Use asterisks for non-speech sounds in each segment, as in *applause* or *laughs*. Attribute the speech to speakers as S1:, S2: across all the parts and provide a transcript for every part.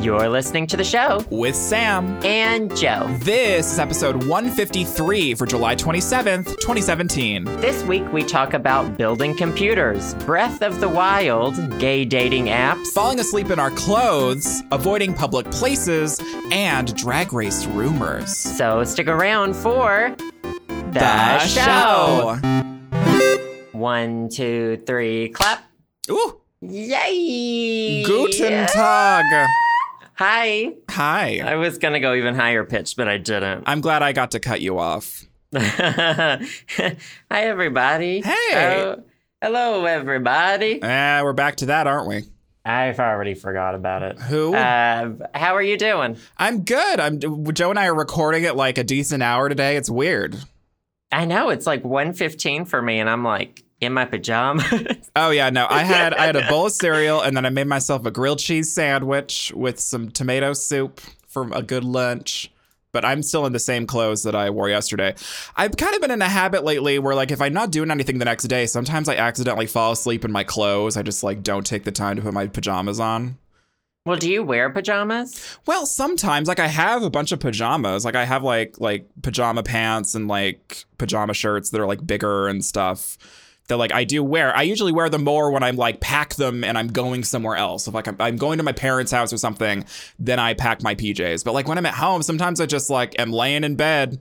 S1: You're listening to the show
S2: with Sam.
S1: and Joe.
S2: This is episode 153 for July 27th, 2017.
S1: This week we talk about building computers, Breath of the Wild, gay dating apps,
S2: Falling asleep in our clothes, avoiding public places, and drag race rumors.
S1: So stick around for the, One, two, three, clap.
S2: Ooh,
S1: Yay!
S2: Guten Tag.
S1: Hi.
S2: Hi.
S1: I was going to go even higher pitch, but I didn't. *laughs*
S2: I'm glad I got to cut you off.
S1: Hi, everybody.
S2: Hey.
S1: Oh, hello, everybody.
S2: Eh, we're back to that, aren't we?
S1: I've already forgot about it.
S2: Who?
S1: Uh, how are you doing?
S2: I'm good. I'm Joe and I are recording at like a decent hour today. It's weird.
S1: I know it's like 1.15 for me, and I'm like in my pajamas. *laughs*
S2: Oh yeah, no. I had I had a bowl of cereal and then I made myself a grilled cheese sandwich with some tomato soup for a good lunch. But I'm still in the same clothes that I wore yesterday. I've kind of been in a habit lately where like if I'm not doing anything the next day, sometimes I accidentally fall asleep in my clothes. I just like don't take the time to put my pajamas on.
S1: well, do you wear pajamas?
S2: Well, sometimes like I have a bunch of pajamas. Like I have like like pajama pants and like pajama shirts that are like bigger and stuff that like I do wear. I usually wear them more when I'm like pack them and I'm going somewhere else. If like I'm, I'm going to my parents' house or something, then I pack my PJs. But like when I'm at home, sometimes I just like am laying in bed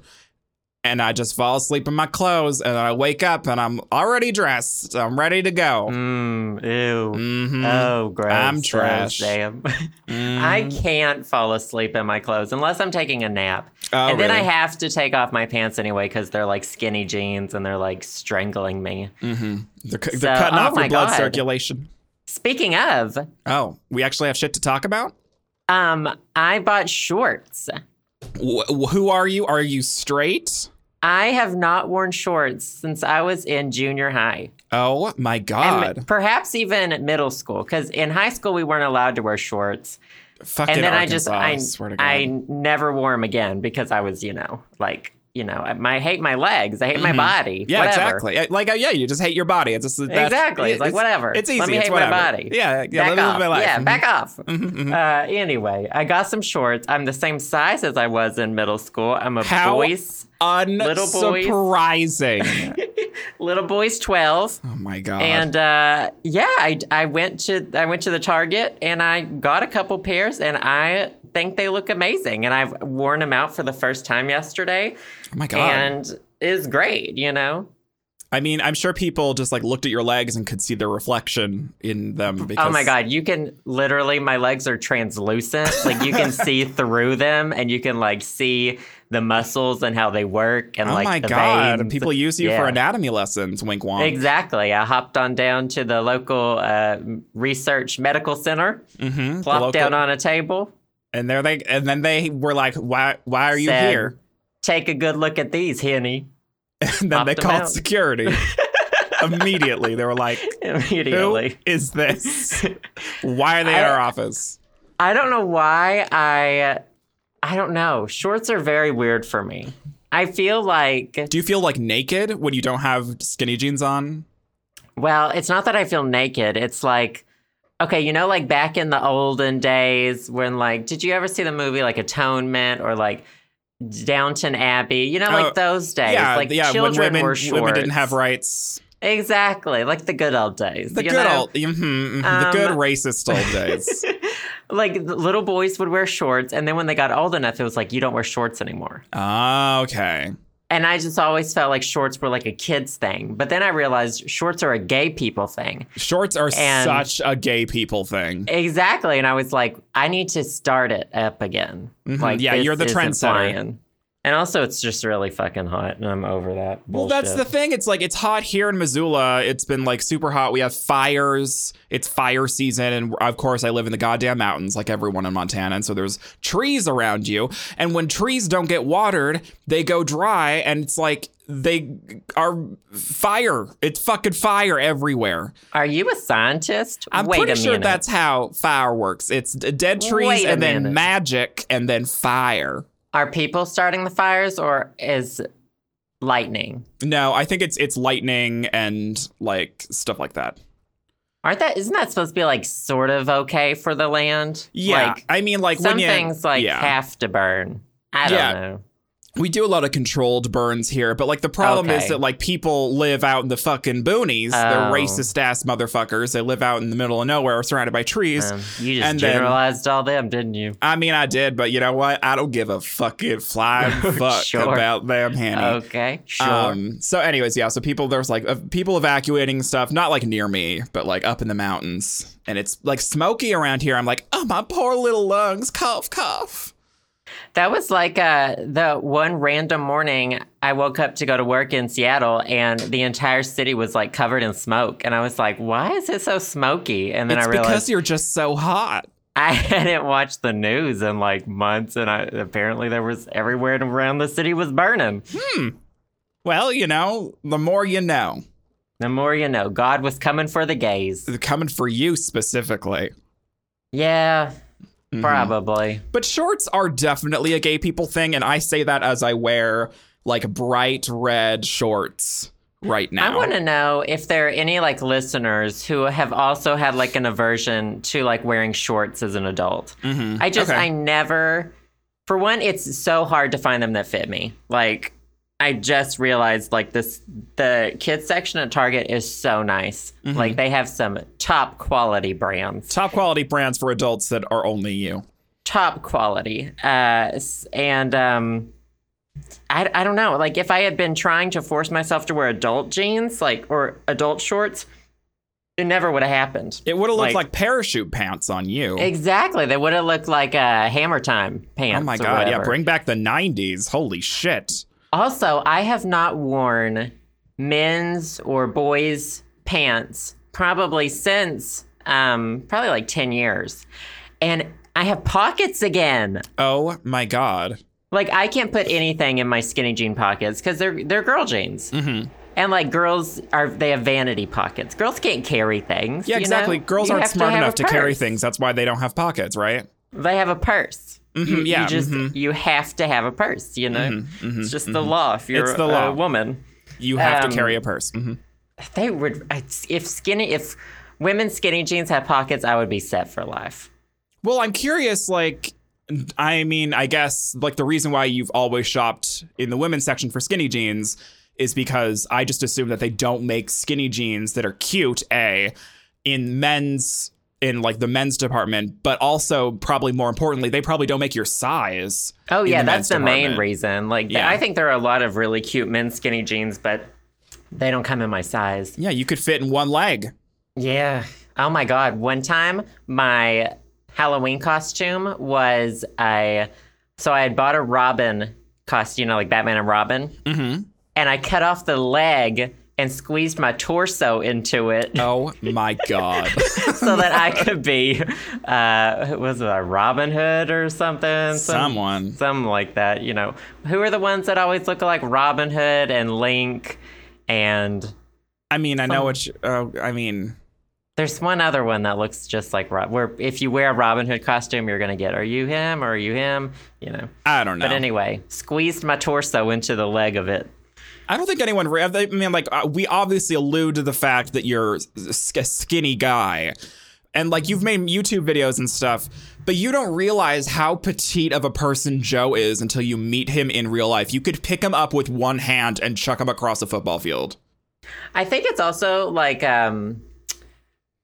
S2: and I just fall asleep in my clothes and then I wake up and I'm already dressed. I'm ready to go.
S1: Mm, ew.
S2: hmm
S1: Oh, gross.
S2: I'm
S1: Oh,
S2: trash.
S1: damn. *laughs*
S2: Mm.
S1: I can't fall asleep in my clothes unless I'm taking a nap.
S2: Oh,
S1: and then I
S2: really?
S1: have to take off my pants anyway because they're like skinny jeans and they're like strangling me.
S2: Mm-hmm. They're, cu- they're
S1: So-
S2: cutting
S1: oh
S2: off
S1: my
S2: your blood
S1: God.
S2: circulation.
S1: Speaking of,
S2: Oh, we actually have shit to talk about?
S1: um, I bought shorts.
S2: Wh- who are you? Are you straight?
S1: I have not worn shorts since I was in junior high.
S2: Oh my
S1: And
S2: god.
S1: perhaps even at middle school, because in high school we weren't allowed to wear shorts.
S2: Fucking
S1: And then
S2: Arkansas,
S1: I
S2: I
S1: just,
S2: swear to
S1: I,
S2: god.
S1: I never wore them again because I was, you know, like, you know, I, my- I hate my legs, I hate my body.
S2: Mm-hmm. yeah,
S1: whatever.
S2: exactly. Uh, Like, uh, yeah, you just hate your body. It's just that's,
S1: Exactly. It's like, whatever.
S2: It's easy.
S1: Let me
S2: it's
S1: hate
S2: whatever.
S1: my body.
S2: Yeah, yeah.
S1: back
S2: let me
S1: off.
S2: live my life. mm-hmm.
S1: Yeah,
S2: Mhm.
S1: back off. Uh, anyway, I got some shorts. I'm the same size as I was in middle school. I'm a
S2: How-
S1: boys, boys.
S2: Unsurprising.
S1: little boys 12.
S2: oh my god.
S1: And uh, yeah, I, I went to I went to the Target and I got a couple pairs and I think they look amazing and I've worn them out for the first time yesterday
S2: oh my god.
S1: and is great, you know.
S2: I mean, I'm sure people just like looked at your legs and could see their reflection in them because
S1: Oh my god, you can literally my legs are translucent. Like you
S2: *laughs*
S1: can see through them and you can like see the muscles and how they work and
S2: Oh
S1: like
S2: my
S1: the
S2: god.
S1: veins.
S2: People use you for
S1: Yeah.
S2: anatomy lessons, wink wonk.
S1: Exactly. I hopped on down to the local uh, research medical center,
S2: Mm-hmm.
S1: plopped down on a table,
S2: And there they and then they were like, "Why? Why are you
S1: Said-
S2: here?" *laughs*
S1: take a good look at these, Henny. *laughs*
S2: And then
S1: popped
S2: they
S1: them
S2: called
S1: out. *laughs*
S2: security immediately. They were like, "Who
S1: Immediately.
S2: is this? Why are they in
S1: I-
S2: our office?"
S1: I don't know why I uh, I don't know. Shorts are very weird for me. I feel like
S2: Do you feel like naked when you don't have skinny jeans on?
S1: Well, it's not that I feel naked. It's like, okay, you know, like back in the olden days when, like, did you ever see the movie like Atonement or like Downton Abbey? You know, like
S2: Oh,
S1: those days,
S2: yeah,
S1: like
S2: yeah.
S1: children
S2: When women
S1: wore shorts.
S2: women didn't have rights,
S1: exactly like the good old days.
S2: the
S1: you
S2: good
S1: know?
S2: old, mhm, mhm, the
S1: Um,
S2: good racist
S1: *laughs*
S2: old days.
S1: like the little boys would wear shorts, and then when they got old enough, it was like you don't wear shorts anymore.
S2: Ah, okay.
S1: And I just always felt like shorts were like a kids thing, but then I realized shorts are a gay people thing.
S2: Shorts are
S1: And-
S2: such a gay people thing.
S1: Exactly. And I was like, I need to start it up again.
S2: Mhm.
S1: Like,
S2: Yeah,
S1: this
S2: you're the
S1: isn't
S2: trendsetter.
S1: flying. And also, it's just really fucking hot, and I'm over that.
S2: Well, that's the
S1: bullshit.
S2: thing. It's like it's hot here in Missoula. It's been like super hot. We have fires. It's fire season, and of course, I live in the goddamn mountains, like everyone in Montana. And so there's trees around you, and when trees don't get watered, they go dry, and it's like they are fire. It's fucking fire everywhere.
S1: Are you a scientist?
S2: I'm
S1: Wait
S2: pretty
S1: a
S2: sure
S1: minute.
S2: that's how fire works. It's d- dead trees,
S1: Wait a
S2: and then
S1: minute.
S2: magic, and then fire.
S1: Are people starting the fires, or is lightning?
S2: No, I think it's it's lightning and like stuff like that.
S1: Aren't that isn't that supposed to be like sort of okay for the land?
S2: Yeah,
S1: Like
S2: I mean, like
S1: some
S2: when you,
S1: things like
S2: yeah.
S1: have to burn. I don't
S2: Yeah.
S1: know.
S2: we do a lot of controlled burns here, but like the problem is
S1: Okay.
S2: that like people live out in the fucking boonies. They're
S1: Oh.
S2: racist ass motherfuckers. They live out in the middle of nowhere, surrounded by trees.
S1: Um, you just
S2: and then-
S1: generalized all them, didn't you?
S2: I mean, I did, but you know what? I don't give a fucking flying
S1: *laughs*
S2: fuck
S1: Sure.
S2: about them, honey.
S1: Okay, sure.
S2: Um, so, anyways, yeah. So people, there's like uh, people evacuating stuff, not like near me, but like up in the mountains, and it's like smoky around here. I'm like, oh my poor little lungs, cough, cough.
S1: That was like uh, the one random morning I woke up to go to work in Seattle, and the entire city was like covered in smoke. And I was like, "Why is it so smoky?" And then
S2: it's
S1: I realized
S2: because you're just so hot.
S1: *laughs* I hadn't watched the news in like months, and I, apparently there was everywhere around the city was burning.
S2: Well, you know, the more you know,
S1: The more you know, God was coming for the gays.
S2: They're coming for you specifically.
S1: Yeah,
S2: Mhm.
S1: probably.
S2: But shorts are definitely a gay people thing, and I say that as I wear like bright red shorts right now.
S1: I want to know if there are any like listeners who have also had like an aversion to like wearing shorts as an adult.
S2: Mhm.
S1: I just
S2: Okay.
S1: I never for one it's so hard to find them that fit me. Like I just realized like this the kids section at Target is so nice.
S2: Mm-hmm.
S1: Like they have some top quality brands.
S2: top quality brands for adults that are only you.
S1: Top quality. Uh s- and um I, I don't know. Like if I had been trying to force myself to wear adult jeans like or adult shorts, it never would have happened.
S2: It would have looked like,
S1: Like-
S2: parachute pants on you.
S1: Exactly. They would have looked like uh, hammer time pants.
S2: oh my
S1: or
S2: god, yeah,
S1: whatever.
S2: bring back the 90s. Holy shit.
S1: Also, I have not worn men's or boys' pants probably since um, probably like 10 years. And I have pockets again.
S2: Oh my god.
S1: Like I can't put anything in my skinny jean pockets because they're they're girl jeans.
S2: Mhm.
S1: And like girls are they have vanity pockets. Girls can't carry things.
S2: Yeah,
S1: you know?
S2: exactly. Girls
S1: You
S2: aren't
S1: have
S2: smart
S1: have
S2: enough
S1: a
S2: to carry
S1: purse.
S2: things. That's why they don't have pockets, right?
S1: They have a purse.
S2: Mhm,
S1: You- you,
S2: yeah,
S1: just
S2: mhm.
S1: you have to have a purse. You know, it's just the law. If you're
S2: Mm-hmm. It's the
S1: a
S2: law.
S1: woman.
S2: You have
S1: Um,
S2: to carry a purse. Mhm.
S1: They would I- if skinny if women's skinny jeans had pockets, I would be set for life.
S2: Well, I'm curious, like, I mean, I guess, like, the reason why you've always shopped in the women's section for skinny jeans is because I just assume that they don't make skinny jeans that are cute, A, in men's, in like the men's department, but also, probably more importantly, they probably don't make your size.
S1: Oh
S2: in
S1: yeah,
S2: the
S1: that's
S2: men's
S1: the main
S2: department.
S1: reason. Like th-
S2: Yeah.
S1: I think there are a lot of really cute men's skinny jeans, but they don't come in my size.
S2: Yeah, you could fit in one leg.
S1: Yeah. Oh my god, one time my Halloween costume was a so I had bought a Robin costume, you know, like Batman and Robin,
S2: Mm-hmm.
S1: and I cut off the leg and squeezed my torso into it. *laughs*
S2: Oh my God.
S1: so that I could be, uh, was it a Robin Hood or something? Some,
S2: Someone.
S1: something like that. You know, who are the ones that always look like Robin Hood and Link, and
S2: I mean, I know what you, uh, I mean.
S1: there's one other one that looks just like Rob. Where if you wear a Robin Hood costume, you're gonna get are you him or are you him? You know.
S2: I don't know.
S1: But anyway, squeezed my torso into the leg of it.
S2: I don't think anyone. Re- I mean, like uh, we obviously allude to the fact that you're s- a skinny guy, and like you've made YouTube videos and stuff, but you don't realize how petite of a person Joe is until you meet him in real life. You could pick him up with one hand and chuck him across a football field.
S1: I think it's also like um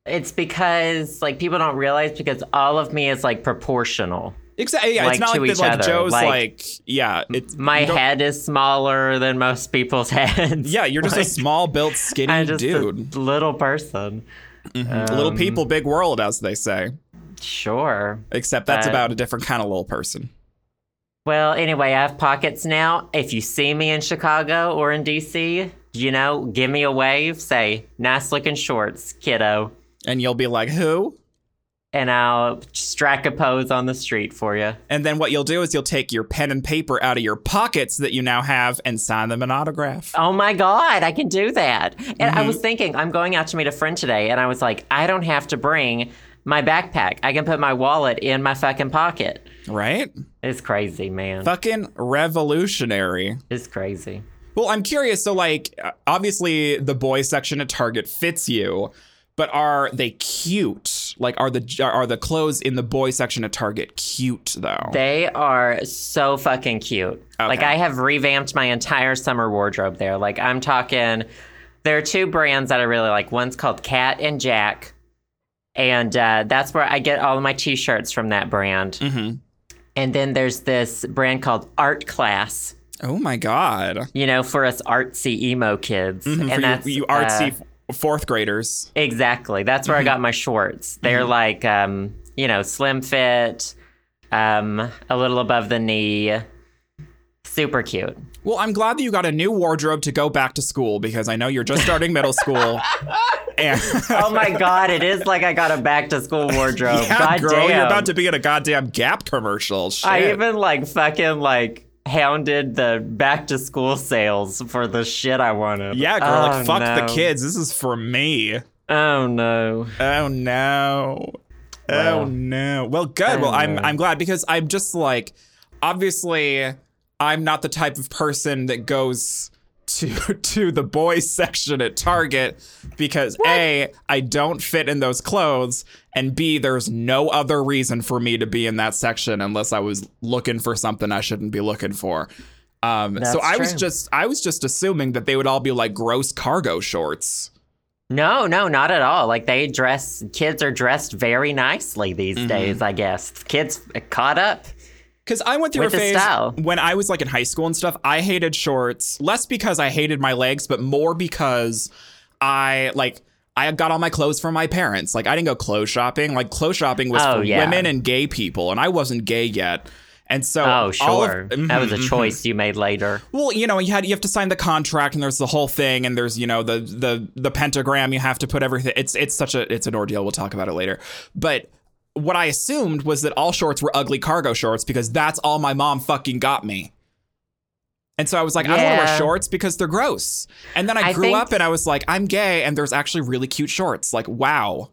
S1: it's because like people don't realize because all of me is like proportional.
S2: Exactly. Yeah,
S1: Like
S2: it's not
S1: to
S2: like
S1: each
S2: that. Like
S1: other,
S2: Joe's like,
S1: like-
S2: yeah. It's
S1: My
S2: you don't-
S1: head is smaller than most people's *laughs* heads.
S2: Yeah, you're just a
S1: Like, *laughs*
S2: small built, skinny
S1: I'm just um,
S2: dude.
S1: a little person. Mm-hmm.
S2: Little people, big world, as they say.
S1: Sure.
S2: Except that's
S1: uh,
S2: about a different kind of little person.
S1: Well, anyway, I have pockets now. If you see me in Chicago or in DC, you know, give me a wave. Say, nice looking shorts, kiddo.
S2: And you'll be like, who?
S1: And I'll strike a pose on the street for you.
S2: And then what you'll do is you'll take your pen and paper out of your pockets that you now have and sign them an autograph.
S1: Oh my God, I can do that. And I was thinking, I'm going out to meet a friend today, and I was like, I don't have to bring my backpack. I can put my wallet in my fucking pocket.
S2: Right?
S1: It's crazy, man.
S2: Fucking revolutionary.
S1: It's crazy.
S2: Well, I'm curious. So, like, uh, obviously, the boy section at Target fits you, but are they cute? Like are the are the clothes in the boy section at Target cute though?
S1: They are so fucking cute.
S2: Okay.
S1: Like I have revamped my entire summer wardrobe there. Like I'm talking there are two brands that I really like. One's called Cat and Jack. And uh, that's where I get all of my t-shirts from that brand.
S2: Mhm.
S1: And then there's this brand called Art Class,
S2: Oh my god.
S1: you know, for us artsy emo kids.
S2: Mhm,
S1: and
S2: for you-
S1: that's
S2: you,
S1: uh,
S2: artsy f- fourth graders.
S1: Exactly. That's where I
S2: Mm-hmm.
S1: got my shorts. They're like, um, you know, slim fit, um, a little above the knee, super
S2: *laughs*
S1: cute.
S2: Well, I'm glad that you got a new wardrobe to go back to school because I know you're just starting
S1: *laughs*
S2: middle school. And
S1: Oh my god! It is like I got a back to school wardrobe.
S2: *laughs* yeah,
S1: *laughs* god
S2: girl,
S1: damn.
S2: you're about to be in a goddamn Gap commercial. Shit.
S1: I even like fucking like hounded the back to school sales for the shit I wanted.
S2: yeah, girl,
S1: Oh,
S2: like fuck the
S1: no.
S2: kids. This is for me.
S1: Oh no.
S2: Oh no.
S1: Wow.
S2: Oh no. Well, good. Well, I'm
S1: no.
S2: I'm glad because I'm just like obviously I'm not the type of person that goes to *laughs* to the boys section at Target because A, I don't fit in those clothes, and B, there's no other reason for me to be in that section unless I was looking for something I shouldn't be looking for. Um, so
S1: That's
S2: I was
S1: true.
S2: just I was just assuming that they would all be like gross cargo shorts.
S1: No, no, not at all. Like they dress, kids are dressed very nicely these
S2: Mm-hmm.
S1: days. I guess kids uh, caught up.
S2: Because I went through
S1: With
S2: a
S1: the
S2: phase
S1: style.
S2: when I was like in high school and stuff. I hated shorts less because I hated my legs, but more because I like I got all my clothes from my parents. Like I didn't go clothes shopping. Like clothes shopping was
S1: Oh,
S2: for
S1: yeah.
S2: women and gay people, and I wasn't gay yet. And so,
S1: Oh,
S2: all of-
S1: sure. that was a
S2: Mhm, mhm.
S1: choice you made later.
S2: Well, you know, you had you have to sign the contract, and there's the whole thing, and there's you know the the the pentagram. You have to put everything. It's it's such a it's an ordeal. We'll talk about it later. But what I assumed was that all shorts were ugly cargo shorts because that's all my mom fucking got me. And so I was like, I don't want to wear
S1: Yeah.
S2: shorts because they're gross. And then I,
S1: I
S2: grew
S1: think-
S2: up and I was like, I'm gay, and there's actually really cute shorts. Like, wow.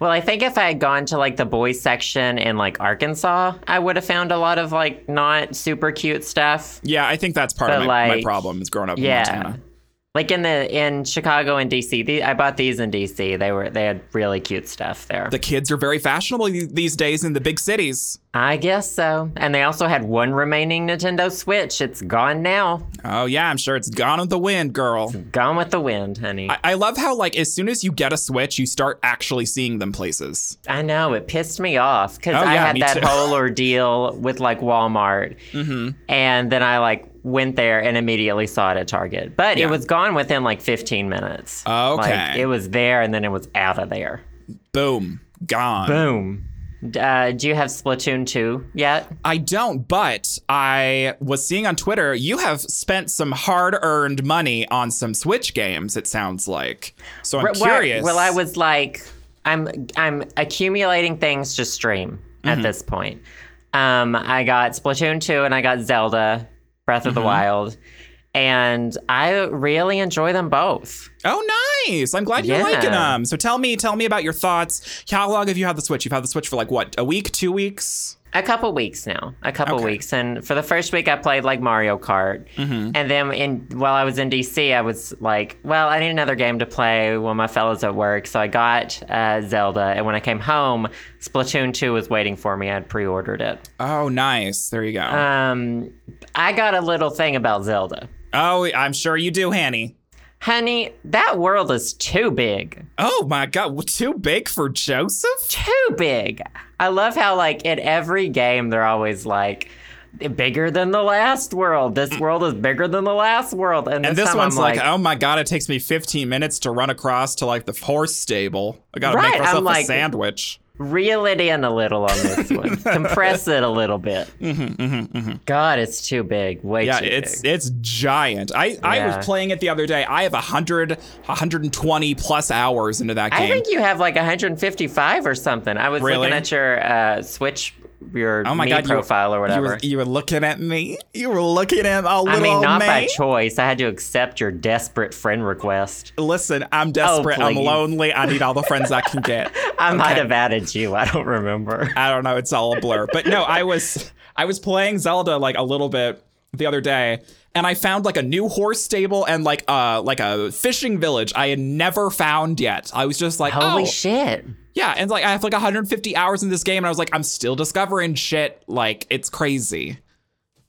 S1: Well, I think if I had gone to like the boys section in like Arkansas, I would have found a lot of like not super cute stuff.
S2: Yeah, I think that's part of
S1: But,
S2: my, my
S1: like,
S2: problem is growing up
S1: yeah.
S2: in Montana.
S1: Like in the in Chicago and DC, the, I bought these in DC. They were they had really cute stuff there.
S2: The kids are very fashionable these- these days in the big cities.
S1: I guess so. And they also had one remaining Nintendo Switch. It's gone now.
S2: Oh yeah, I'm sure it's gone with the wind, girl.
S1: Gone with the wind, honey.
S2: I, I love how like as soon as you get a Switch, you start actually seeing them places.
S1: I know it pissed me off because
S2: Oh,
S1: I
S2: yeah,
S1: had
S2: me
S1: that
S2: too. *laughs* Mm-hmm.
S1: whole ordeal with like Walmart, and then I like went there and immediately saw it at Target, but
S2: Yeah.
S1: it was gone within like 15 minutes.
S2: Okay.
S1: like, it was there and then it was out of there.
S2: Boom, gone.
S1: Boom. D- Uh, do you have Splatoon 2 yet?
S2: I don't, but I was seeing on Twitter you have spent some hard-earned money on some Switch games. It sounds like. So I'm
S1: Well,
S2: curious.
S1: Well, I was like, I'm I'm accumulating things to stream
S2: Mm-hmm.
S1: at this point. Um, I got Splatoon two and I got Zelda Breath
S2: Mm-hmm.
S1: of the Wild, and I really enjoy them both.
S2: Oh, nice! I'm glad you're
S1: Yeah.
S2: liking them. So tell me, tell me about your thoughts. How long have you had the Switch? You've had the Switch for like what? A week? Two weeks?
S1: A couple weeks now, a couple
S2: Okay.
S1: weeks, and for the first week I played like Mario Kart,
S2: Mm-hmm.
S1: and then in while I was in DC, I was like, well, I need another game to play while my fellows at work, so I got uh, Zelda, and when I came home, Splatoon two was waiting for me. I had pre-ordered it.
S2: Oh, nice. There you go.
S1: Um, I got a little thing about Zelda.
S2: oh, I'm sure you do, Hanny.
S1: Honey, that world is too big.
S2: Oh my God, well, too big for Joseph?
S1: Too big. I love how, like, in every game, they're always like, bigger than the last world. This world is bigger than the last world. And this,
S2: And this
S1: time
S2: one's
S1: I'm
S2: like, oh my god, it takes me 15 minutes to run across to like the horse stable. I gotta
S1: Right,
S2: make
S1: I'm
S2: myself a
S1: like-
S2: sandwich.
S1: reel it in a little on this
S2: *laughs*
S1: one, compress it a little bit. God, it's too big. Way
S2: Mm-hmm, Yeah,
S1: too
S2: it's
S1: big.
S2: it's giant. I, I
S1: Yeah.
S2: was playing it the other day. I have 100, 120 plus hours into that
S1: I
S2: game.
S1: think you have like 155 or something. I was
S2: Really?
S1: looking at your uh, Switch, your
S2: oh my
S1: me
S2: god, you-
S1: profile or whatever.
S2: You were, you were looking at me. You were looking at my little
S1: I mean,
S2: old
S1: not by
S2: man.
S1: choice. I had to accept your desperate friend request.
S2: Listen, I'm desperate. I'm
S1: Oh, please.
S2: lonely. I need all the friends I can
S1: *laughs*
S2: get.
S1: I might have added you. I don't remember.
S2: I don't know. It's all a blur. But no, I was I was playing Zelda like a little bit, the other day and I found like a new horse stable and like uh like a fishing village I had never found yet. I was just like,
S1: Holy
S2: oh,
S1: shit.
S2: yeah, and like I have like 150 hours in this game, and I was like, I'm still discovering shit. Like it's crazy.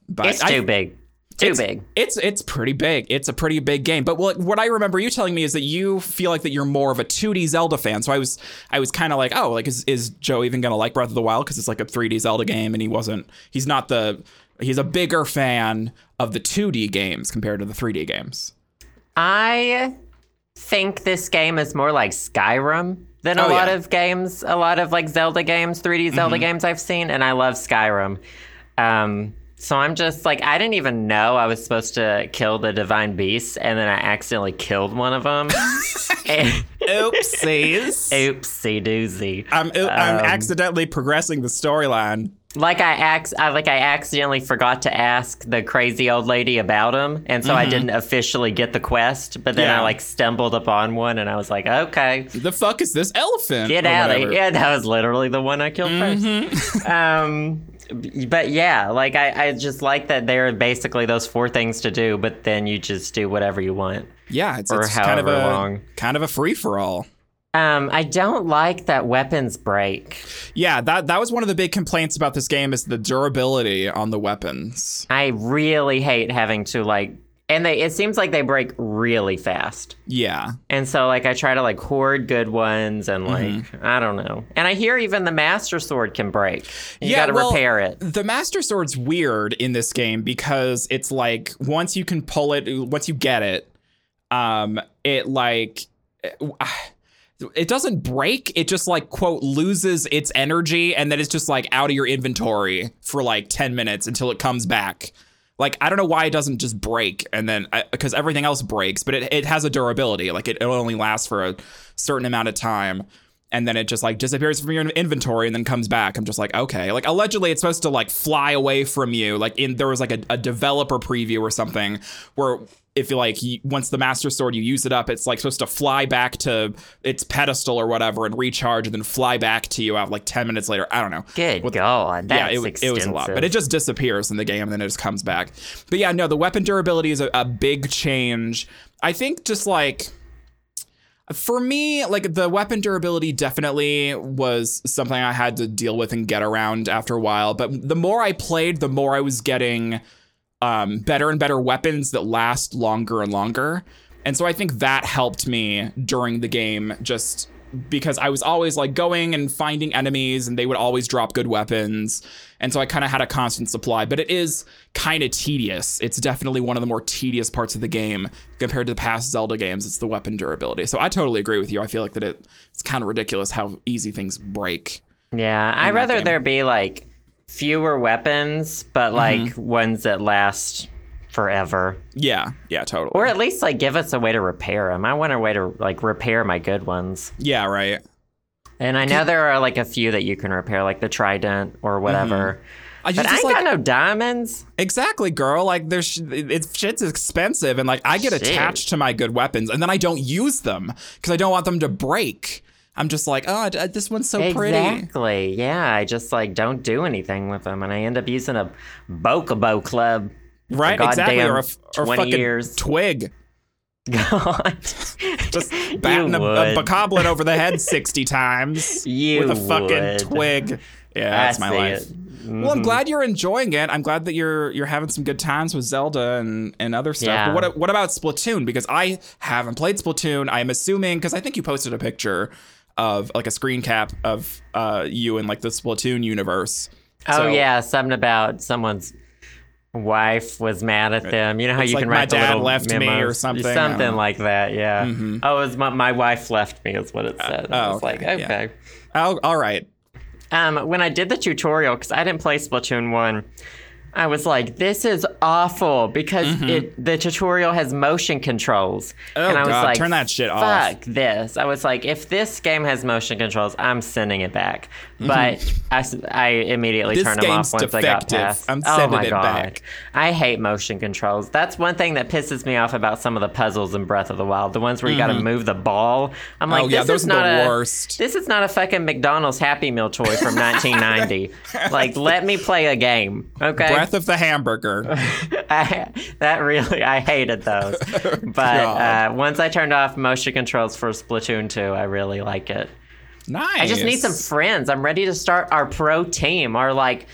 S2: But
S1: It's
S2: I-
S1: too big. Too
S2: it's-
S1: big.
S2: It's it's pretty big. It's a pretty big game. But what what I remember you telling me is that you feel like that you're more of a 2D Zelda fan. So I was I was kind of like, oh, like is is Joe even gonna like Breath of the Wild because it's like a 3D Zelda game, and he wasn't. He's not the. He's a bigger fan of the 2D games compared to the 3D games.
S1: I think this game is more like Skyrim than a
S2: Oh,
S1: lot
S2: yeah. Mm-hmm.
S1: of games, a lot of like Zelda games, 3D Zelda games I've seen, and I love Skyrim. Um, so I'm just like, I didn't even know I was supposed to kill the divine beasts, and then I accidentally killed one of
S2: *laughs*
S1: them. *laughs*
S2: Oopsies.
S1: Oopsie doozy.
S2: I'm I'm accidentally progressing the storyline.
S1: like I, ac- I like I accidentally forgot to ask the crazy old lady about him, and so I didn't officially get the quest. But then I
S2: Mm-hmm. Yeah.
S1: like stumbled upon one, and I was like, okay,
S2: The fuck is this elephant?
S1: get
S2: Or
S1: out of
S2: whatever. Mm-hmm.
S1: here. *laughs* Yeah, that was literally the one I killed first. um, b- but yeah, like I, I just like that there are basically those four things to do, but then you just do whatever you want.
S2: Yeah, it's,
S1: Or
S2: it's kind of a
S1: however long.
S2: kind of a free for all.
S1: Um, I don't like that weapons break.
S2: Yeah, that that was one of the big complaints about this game is the durability on the weapons.
S1: I really hate having to like, and they it seems like they break really fast.
S2: Yeah.
S1: And so like I try to like hoard good ones and like
S2: Mm-hmm.
S1: I don't know. And I hear even the master sword can break. You
S2: Yeah,
S1: got to
S2: well,
S1: repair it.
S2: The Master Sword's weird in this game because it's like once you can pull it, once you get it, um, it like *sighs* it doesn't break. It just like quote loses its energy and then it's just like out of your inventory for like ten minutes until it comes back. Like I don't know why it doesn't just break and then because everything else breaks, but it, it has a durability. Like it, it only lasts for a certain amount of time. and then it just like disappears from your inventory and then comes back. I'm just like, okay. Like allegedly it's supposed to like fly away from you. Like in there was like a, a developer preview or something where if you like you, once the master sword you use it up, it's like supposed to fly back to its pedestal or whatever and recharge and then fly back to you out like 10 minutes later. I don't know
S1: Good god,
S2: yeah,
S1: that's
S2: it, w- it
S1: extensive.
S2: was a lot, but it just disappears in the game and then it just comes back. But yeah, no, the weapon durability is a, a big change. I think just like for me, like the weapon durability definitely was something I had to deal with and get around after a while. But the more I played, the more I was getting um, better and better weapons that last longer and longer. And so I think that helped me during the game just because I was always like going and finding enemies and they would always drop good weapons. And so I kind of had a constant supply, but it is kind of tedious. It's definitely one of the more tedious parts of the game compared to the past Zelda games. It's the weapon durability. So I totally agree with you. I feel like that it, it's kind of ridiculous how easy things break.
S1: yeah, I'd rather there be like fewer weapons,
S2: Mm-hmm.
S1: but like ones that last forever,
S2: Yeah. Yeah, totally.
S1: or at least like give us a way to repair them. I want a way to like repair my good ones.
S2: yeah, right.
S1: And I know there are like a few that you can repair, like the trident or whatever.
S2: Mm-hmm. I just,
S1: But I
S2: just,
S1: ain't got
S2: like,
S1: no diamonds.
S2: Exactly, girl. Like there's it's shit's expensive, and like I get
S1: Shit.
S2: attached to my good weapons, and then I don't use them because I don't want them to break. I'm just like, oh, d- this one's so pretty.
S1: Exactly. Yeah, I just like don't do anything with them, and I end up using a bokobo club. *laughs*
S2: Right,
S1: For
S2: exactly. Or a,
S1: goddamn
S2: f- or
S1: 20
S2: fucking
S1: years.
S2: twig.
S1: God, *laughs*
S2: Just batting a, a
S1: would.
S2: bokoblin over
S1: *laughs*
S2: the head 60 times
S1: You
S2: with a fucking
S1: would.
S2: twig. Yeah, that's my
S1: see
S2: life.
S1: it.
S2: Well, I'm glad you're enjoying it. I'm glad that you're you're having some good times with Zelda and, and other stuff.
S1: Yeah.
S2: But what what about Splatoon? Because I haven't played Splatoon. I'm assuming because I think you posted a picture of like a screen cap of uh, you in like the Splatoon universe.
S1: Oh
S2: So
S1: yeah, something about someone's wife was mad at them. You know how
S2: It's
S1: you
S2: like
S1: can
S2: my
S1: write the
S2: dad
S1: little
S2: left me or
S1: memos?
S2: something, I don't
S1: something
S2: know. Mm-hmm.
S1: like that. Yeah. Oh, it was my, my wife left me is what it said. I
S2: oh,
S1: was like,
S2: okay, yeah.
S1: okay.
S2: Oh, all right.
S1: um, when I did the tutorial, because I didn't play Splatoon 1, I was like, this is awful because it the tutorial has motion controls.
S2: Mm-hmm. Oh,
S1: and I was
S2: God,
S1: like,
S2: turn that shit
S1: Fuck
S2: off.
S1: this. I was like, if this game has motion controls, I'm sending it back. but I, s- I immediately
S2: Mm-hmm. This
S1: turn them off
S2: game's
S1: once I got
S2: defective.
S1: past.
S2: I'm
S1: oh
S2: sending
S1: my
S2: it
S1: god,
S2: back.
S1: I hate motion controls. That's one thing that pisses me off about some of the puzzles in Breath of the Wild. The ones where you got to move the ball. I'm like,
S2: Mm-hmm. oh yeah,
S1: this
S2: those
S1: is
S2: are
S1: not
S2: the
S1: a
S2: worst.
S1: this is not a fucking McDonald's Happy Meal toy from 1990. like, let me play a game, okay?
S2: Breath of the hamburger.
S1: I, that really, I hated those. But uh,
S2: God.
S1: once I turned off motion controls for Splatoon 2, I really like it. *laughs*
S2: nice.
S1: I just need some friends. I'm ready to start our pro team, our like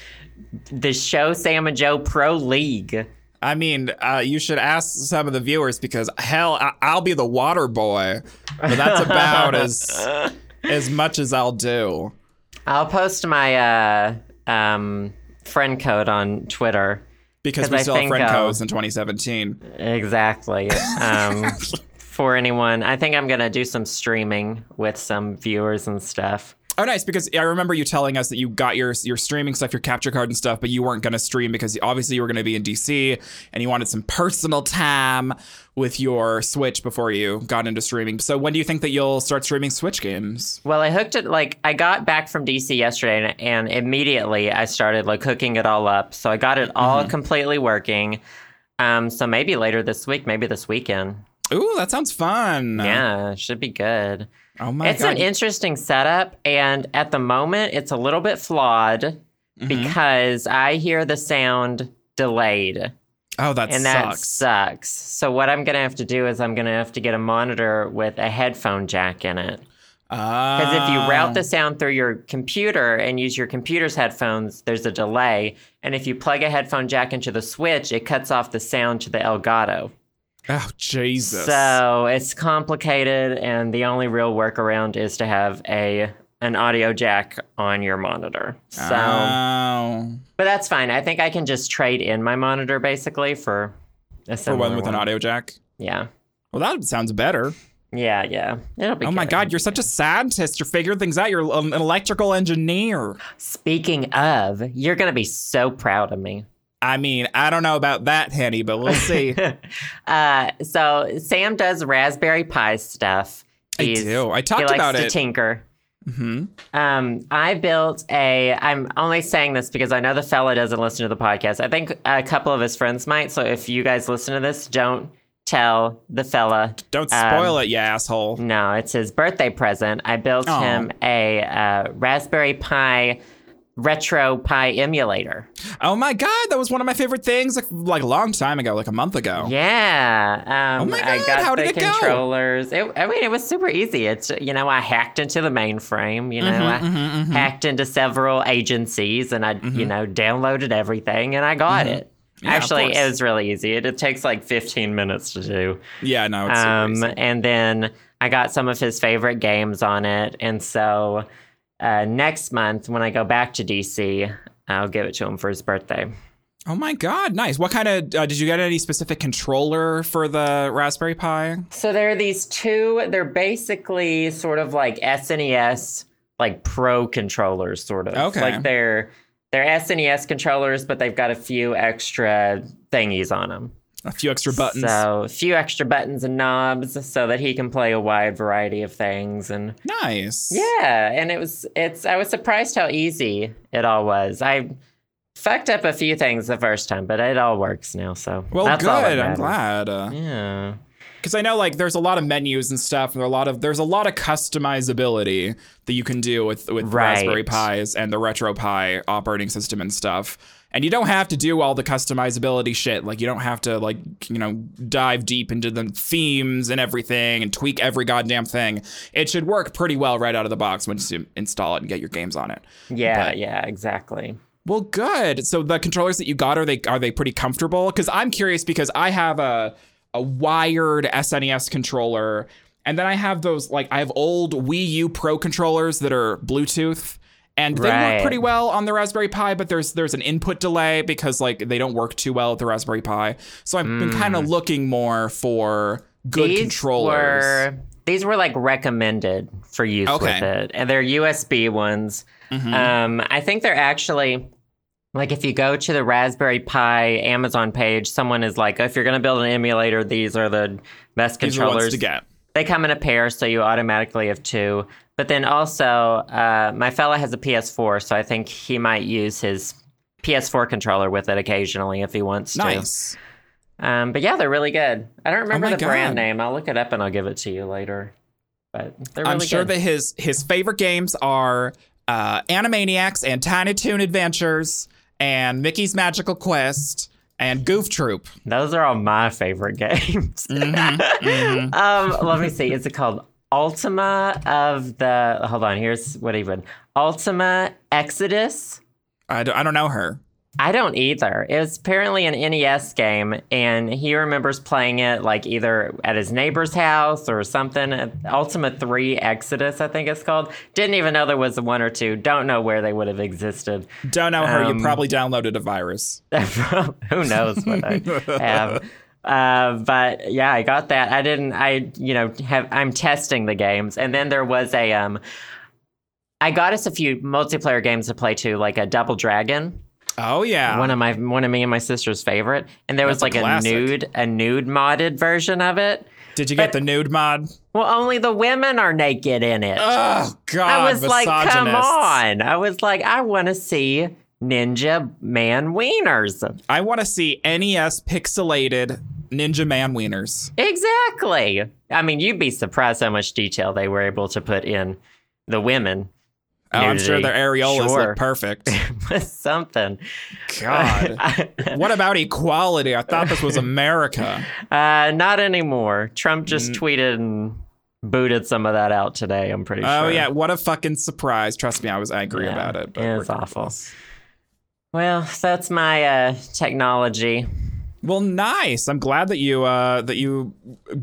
S1: the show Sam and Joe Pro League.
S2: I mean, uh, you should ask some of the viewers because hell, I- I'll be the water boy, but that's
S1: *laughs*
S2: about as as much as I'll do.
S1: I'll post my uh, um, friend code on Twitter.
S2: Because
S1: 'Cause
S2: we
S1: I
S2: still have
S1: think,
S2: friend
S1: uh,
S2: codes in 2017.
S1: Exactly.
S2: *laughs*
S1: Um, for anyone, I think I'm gonna do some streaming with some viewers and stuff.
S2: Oh, nice! Because I remember you telling us that you got your your streaming stuff, your capture card and stuff, but you weren't going to stream because obviously you were going to be in DC and you wanted some personal time with your Switch before you got into streaming. So when do you think that you'll start streaming Switch games?
S1: Well, I hooked it like I got back from DC yesterday, and, and immediately I started like hooking it all up. So I got it all
S2: Mm-hmm.
S1: completely working. Um, so maybe later this week, maybe this weekend.
S2: Ooh, that sounds fun!
S1: Yeah, it should be good.
S2: Oh my
S1: it's
S2: god!
S1: an interesting setup, and at the moment, it's a little bit flawed
S2: Mm-hmm.
S1: because I hear the sound delayed,
S2: oh, that
S1: and that
S2: sucks.
S1: sucks. So what I'm gonna have to do is I'm gonna have to get a monitor with a headphone jack in it. Because if you route
S2: Ah.
S1: the sound through your computer and use your computer's headphones, there's a delay. And if you plug a headphone jack into the switch, it cuts off the sound to the Elgato.
S2: oh Jesus!
S1: So it's complicated, and the only real workaround is to have a an audio jack on your monitor. So,
S2: Oh.
S1: but that's fine. I think I can just trade in my monitor basically for a
S2: for
S1: similar
S2: one with an audio jack.
S1: Yeah,
S2: Well, that sounds better.
S1: yeah, yeah. It'll be.
S2: Oh my
S1: good.
S2: God, you're such a scientist. You're figuring things out. You're an electrical engineer.
S1: Speaking of, you're gonna be so proud of me. *laughs*
S2: I mean, I don't know about that, Henny, but we'll see.
S1: Uh, so Sam does Raspberry Pi stuff.
S2: I
S1: He's-
S2: do. I talked
S1: he likes
S2: about
S1: to
S2: it.
S1: tinker.
S2: hmm
S1: Um, I built a. I'm only saying this because I know the fella doesn't listen to the podcast. I think a couple of his friends might. So if you guys listen to this, don't tell the fella.
S2: Don't
S1: Um,
S2: spoil it, you asshole.
S1: No, it's his birthday present. I built
S2: Aw.
S1: him a uh, Raspberry Pi retro Pi emulator.
S2: Oh my God, that was one of my favorite things like, like a long time ago, like a month ago.
S1: Yeah. Um,
S2: Oh my
S1: I
S2: God,
S1: got
S2: how
S1: the
S2: did it go?
S1: controllers. It, I mean, it was super easy. It's, you know, I hacked into the mainframe, you know,
S2: Mm-hmm,
S1: I hacked into several agencies and I, you know, downloaded everything and I got it.
S2: Mm-hmm. of
S1: Actually, it
S2: course.
S1: was really easy. It, it takes like 15 minutes to do.
S2: Yeah, no, it's
S1: Um,
S2: um,
S1: and then I got some of his favorite games on it. And so uh, next month, when I go back to DC, I'll give it to him for his birthday.
S2: Oh my God, nice. What kind of, uh, did you get any specific controller for the Raspberry Pi?
S1: So there are these two, they're basically sort of like SNES, like pro controllers, sort of.
S2: Okay.
S1: Like they're they're SNES controllers, but they've got a few extra thingies on them.
S2: A few extra buttons.
S1: So a few extra buttons and knobs so that he can play a wide variety of things and
S2: Nice.
S1: yeah, and it was it's I was surprised how easy it all was. I fucked up a few things the first time, but it all works now, so
S2: Well,
S1: that's
S2: good.
S1: all that matters.
S2: I'm glad. Uh,
S1: Yeah.
S2: because I know like there's a lot of menus and stuff, and there are a lot of there's a lot of customizability that you can do with with
S1: Right.
S2: Raspberry Pis and the Retro Pi operating system and stuff. And you don't have to do all the customizability shit. Like you don't have to like you know dive deep into the themes and everything and tweak every goddamn thing. It should work pretty well right out of the box once you install it and get your games on it.
S1: Yeah,
S2: But-
S1: yeah, exactly.
S2: Well, good. So the controllers that you got are they are they pretty comfortable? Because I'm curious because I have a a wired SNES controller, and then I have those like I have old Wii U Pro controllers that are Bluetooth. And they
S1: Right.
S2: work pretty well on the Raspberry Pi, but there's there's an input delay because like they don't work too well at the Raspberry Pi. So I've been kind
S1: Hmm.
S2: of looking more for good controllers.
S1: Were, these were like recommended for use with
S2: Okay. Mm-hmm.
S1: it, and they're USB ones. Um, I think they're actually like if you go to the Raspberry Pi Amazon page, someone is like, if you're going to build an emulator, these are the best
S2: These are the
S1: controllers
S2: ones to get.
S1: They come in a pair, so you automatically have two. But then also, uh, my fella has a PS4, so I think he might use his PS4 controller with it occasionally if he wants to.
S2: Nice.
S1: Um, but yeah, they're really good. I don't remember
S2: Oh my
S1: the brand
S2: God.
S1: name. I'll look it up and I'll give it to you later. But they're really
S2: I'm sure
S1: good.
S2: that his his favorite games are uh, Animaniacs and Tiny Toon Adventures and Mickey's Magical Quest and Goof Troop.
S1: Those are all my favorite *laughs* games.
S2: Mhm, mhm.
S1: um, let me see. Is it called Ultima of the? Hold on. Here's what even Ultima Exodus.
S2: I, don't, I don't know her.
S1: I don't either. It was apparently an NES game, and he remembers playing it like either at his neighbor's house or something. Ultima 3 Exodus, I think it's called. Didn't even know there was a one or two. Don't know where they would have existed. *laughs*
S2: Don't know her.
S1: Um,
S2: you probably downloaded a virus.
S1: Who knows what I have. Uh, but yeah, I got that. I didn't. I you know have. I'm testing the games, and then there was a. Um, I got us a few multiplayer games to play too, like a Double Dragon,
S2: Oh yeah.
S1: one of my one of me and my sister's favorite, and there was
S2: That's
S1: like
S2: a
S1: a,
S2: classic.
S1: nude a nude modded version of it.
S2: Did you get the nude mod?
S1: Well, only the women are naked in it.
S2: Oh God.
S1: I was like, come
S2: misogynists.
S1: on! I was like, I want to see ninja man wieners.
S2: I want to see NES pixelated Ninja Man wieners.
S1: Exactly. I mean, you'd be surprised how much detail they were able to put in the women. *laughs*
S2: Oh, I'm sure
S1: Nudity.
S2: their areolas
S1: Sure. *laughs*
S2: look perfect.
S1: Something.
S2: God. what about equality? I thought this was America.
S1: *laughs* uh, not anymore. Trump
S2: Mm.
S1: just tweeted and booted some of that out today, I'm pretty sure.
S2: Oh yeah, what a fucking surprise! Trust me, I was angry
S1: Yeah,
S2: about it. but
S1: it is
S2: regardless.
S1: Well, that's my uh, technology.
S2: Well, nice. I'm glad that you uh, that you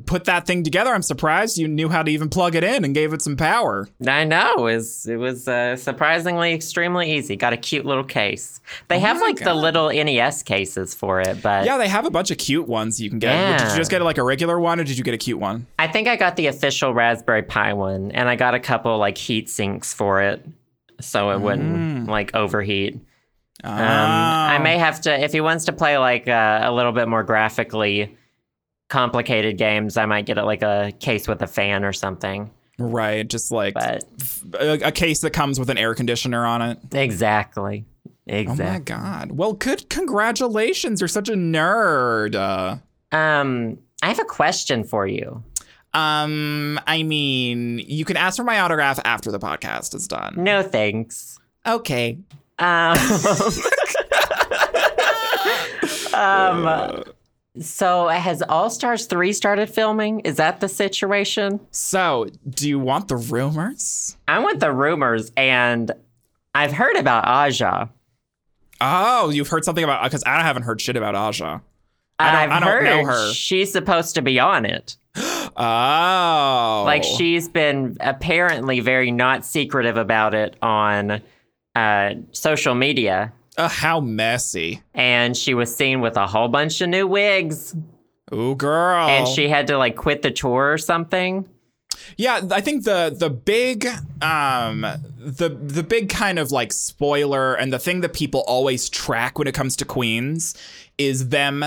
S2: put that thing together. I'm surprised you knew how to even plug it in and gave it some power.
S1: I know. It was, it was uh, surprisingly extremely easy. Got a cute little case. They have
S2: Oh my
S1: like the
S2: God.
S1: little NES cases for it, but
S2: Yeah, they have a bunch of cute ones you can get. Did
S1: Yeah.
S2: you just get like a regular one, or did you get a cute one?
S1: I think I got the official Raspberry Pi one, and I got a couple like heat sinks for it, so it
S2: Mm.
S1: wouldn't like overheat. Um,
S2: Ah. Oh,
S1: I may have to if he wants to play like uh, a little bit more graphically complicated games. I might get it like a case with a fan or something.
S2: right, just like
S1: But
S2: f- a, a case that comes with an air conditioner on it.
S1: exactly,
S2: Oh my
S1: exactly.
S2: god! Well, good. Congratulations, you're such a nerd. Uh,
S1: um, I have a question for you.
S2: um, I mean, you can ask for my autograph after the podcast is done.
S1: No thanks.
S2: Okay.
S1: Um, *laughs* um, so has All Stars 3 started filming? Is that the situation?
S2: So, do you want the rumors?
S1: I want the rumors, and I've heard about Aja.
S2: Oh, you've heard something about because I haven't heard shit about Aja. I
S1: I've
S2: don't, I don't
S1: heard
S2: know her.
S1: she's supposed to be on it.
S2: Oh,
S1: Like she's been apparently very not secretive about it on uh, social media,
S2: Uh, how messy.
S1: and she was seen with a whole bunch of new wigs,
S2: Ooh, girl.
S1: and she had to like quit the tour or something.
S2: Yeah, I think the the big um the the big kind of like spoiler and the thing that people always track when it comes to Queens is them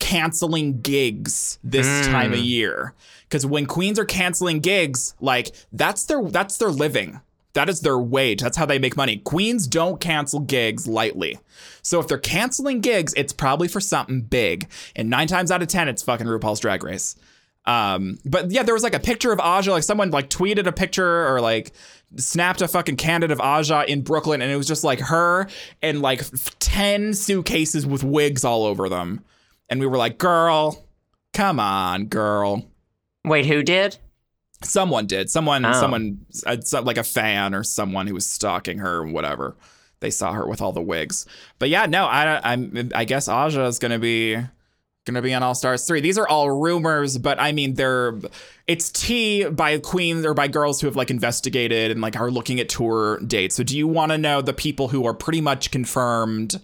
S2: canceling gigs this time of year. Cuz when Queens are canceling gigs, like that's their that's their living. That is their wage. That's how they make money. Queens don't cancel gigs lightly. So if they're canceling gigs, it's probably for something big. And 9 times out of 10 it's fucking RuPaul's Drag Race. Um, but yeah, there was like a picture of Aja, like someone like tweeted a picture or like snapped a fucking candid of Aja in Brooklyn, and it was just like her and like f- 10 suitcases with wigs all over them. And we were like, girl, come on, girl.
S1: Wait, who did?
S2: Someone did. Someone,
S1: Oh.
S2: someone, uh, so- like a fan or someone who was stalking her or whatever. They saw her with all the wigs. But yeah, no, I, I'm, I guess Aja is gonna be, gonna be on All Stars three. These are all rumors, but I mean, they're, it's tea by queens or by girls who have like investigated and like are looking at tour dates. So do you want to know the people who are pretty much confirmed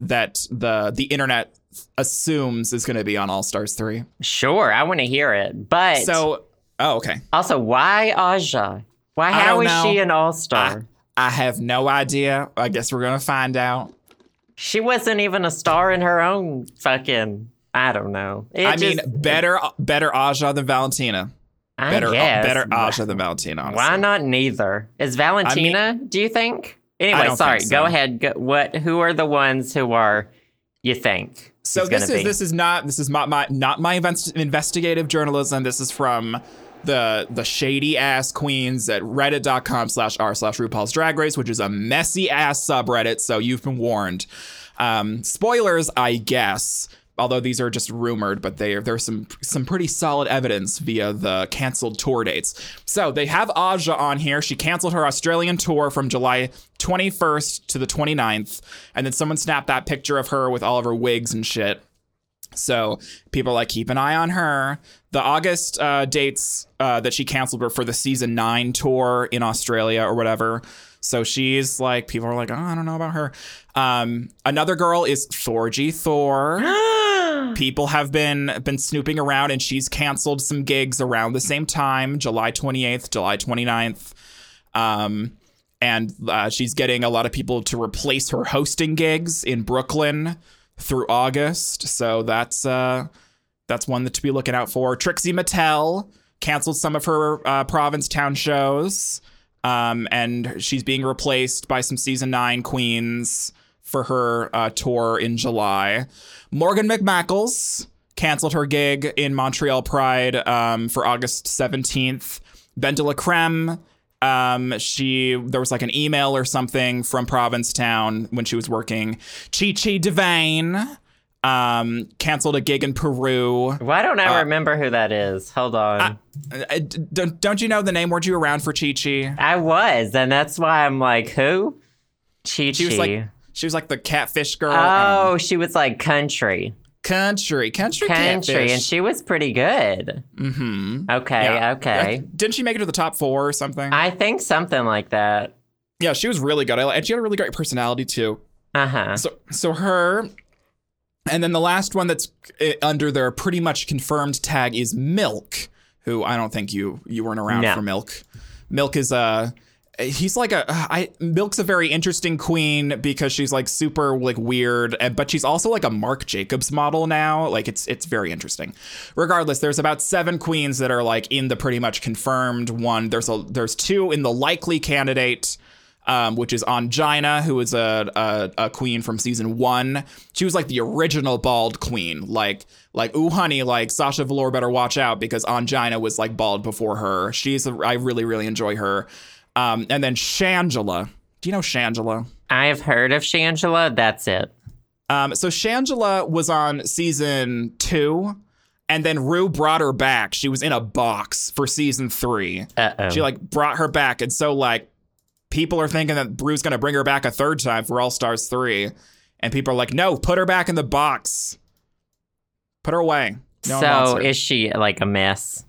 S2: that the the internet assumes is gonna be on All Stars three?
S1: Sure, I want to hear it. But
S2: So, oh okay.
S1: also, why Aja? Why?
S2: I
S1: How
S2: don't
S1: is
S2: know.
S1: she an all star?
S2: I have no idea. I guess we're gonna find out.
S1: She wasn't even a star in her own fucking. I don't know. It
S2: I
S1: just-
S2: mean, better better Aja than Valentina.
S1: I
S2: better
S1: guess.
S2: better Aja than Valentina. Honestly.
S1: Why not neither? Is Valentina? do you think? Anyway,
S2: don't
S1: sorry.
S2: think
S1: Go
S2: so.
S1: ahead. Go, what? Who are the ones who are? You think?
S2: So
S1: it's
S2: this
S1: gonna
S2: is
S1: be?
S2: this is not this is not my not my invest- investigative journalism. This is from the the shady ass queens at reddit.com slash r slash RuPaul's Drag Race, which is a messy ass subreddit. So you've been warned. Um, spoilers, I guess. Although these are just rumored, but they are, there's some some pretty solid evidence via the canceled tour dates. So they have Aja on here. She canceled her Australian tour from July 21st to the 29th, and then someone snapped that picture of her with all of her wigs and shit. So people are like keep an eye on her. The August uh, dates uh, that she canceled were for the season nine tour in Australia or whatever. So she's like, people are like, oh, I don't know about her. Um, another girl is Thorgy Thor. people have been been snooping around, and she's canceled some gigs around the same time, July 28th, July 29th. Um, and uh, she's getting a lot of people to replace her hosting gigs in Brooklyn through August. So that's uh, that's one that to be looking out for. Trixie Mattel canceled some of her uh, Provincetown shows, um, and she's being replaced by some season nine queens for her uh, tour in July. Morgan McMackles canceled her gig in Montreal Pride um, for August 17th. Ben de la Creme um she there was like an email or something from provincetown when she was working chi chi devane um canceled a gig in peru
S1: Why don't I remember who that is? Hold on. I,
S2: Uh, d- don't, don't you know the name weren't you around for chi chi
S1: was, and that's why I'm like, who? Chi
S2: she
S1: Chi.
S2: was like she was like the catfish girl and
S1: Oh, she was like country,
S2: country
S1: country,
S2: country catfish.
S1: and she was pretty good.
S2: mm-hmm.
S1: Okay, okay.
S2: *laughs* didn't she make it to the top four or something
S1: I think something like that.
S2: yeah she was really good I, li- and she had a really great personality too
S1: Uh huh.
S2: So so her and then the last one that's uh, under their pretty much confirmed tag is Milk, who I don't think you you weren't around
S1: No.
S2: for Milk. Milk is a he's like a I Milk's a very interesting queen because she's like super like weird and but she's also like a Marc Jacobs model now. Like it's it's very interesting. Regardless, there's about 7 queens that are like in the pretty much confirmed one. There's a there's two in the likely candidate um, which is Angina, who is a, a a queen from season one. She was like the original bald queen, like like ooh honey, like Sasha Velour better watch out because Angina was like bald before her. She's a, I really really enjoy her. Um, and then Shangela, do you know Shangela?
S1: I have heard of Shangela. That's it.
S2: Um, so Shangela was on season two, and then Rue brought her back. She was in a box for season three.
S1: Uh oh.
S2: She like brought her back, and so like people are thinking that Brew's gonna bring her back a third time for All Stars three, and people are like, no, put her back in the box, put her away. No one wants
S1: so
S2: her.
S1: is she like a mess?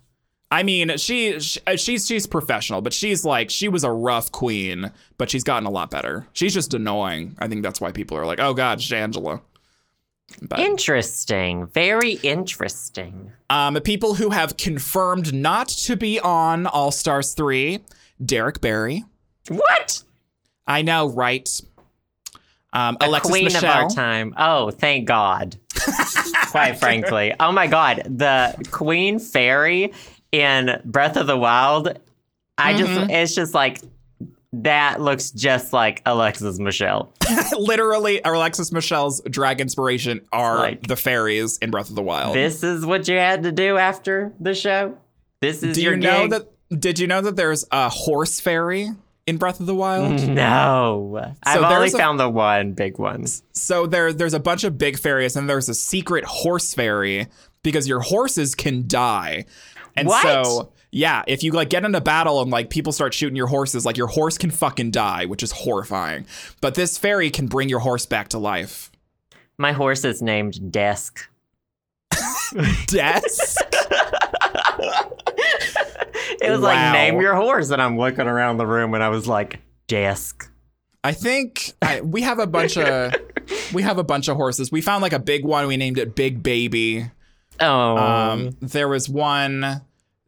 S2: I mean, she, she uh, she's she's professional, but she's like she was a rough queen, but she's gotten a lot better. She's just annoying. I think that's why people are like, oh god, Shangela. But-
S1: Interesting. Very interesting.
S2: Um, people who have confirmed not to be on All Stars three, Derek Barry.
S1: What?
S2: I know, right? Um, Alexis
S1: Queen
S2: Michelle.
S1: of our time. Oh, thank
S2: *laughs*
S1: God. Quite frankly. Oh my God. The Queen Fairy in Breath of the Wild. I
S2: Mm-hmm.
S1: just, it's just like, that looks just like Alexis Michelle.
S2: Literally, Alexis Michelle's drag inspiration are
S1: Like-
S2: the fairies in Breath of the Wild.
S1: This is what you had to do after the show. This is
S2: Do
S1: your
S2: you know
S1: gig?
S2: that? Did you know that there's a horse fairy in Breath of the Wild?
S1: Mm-hmm. No, I've only
S2: there's a-
S1: found the one big one.
S2: So there, there's a bunch of big fairies, and there's a secret horse fairy because your horses can die. And
S1: What?
S2: so, yeah, if you like get in a battle and like people start shooting your horses, like your horse can fucking die, which is horrifying. But this fairy can bring your horse back to life.
S1: My horse is named Desk. *laughs*
S2: Death.
S1: It was like
S2: Wow.
S1: name your horse, and I'm looking around the room, and I was like, Desk.
S2: I think I, we have a bunch of *laughs* we have a bunch of horses. We found like a big one. We named it Big Baby.
S1: Oh,
S2: Um, there was one.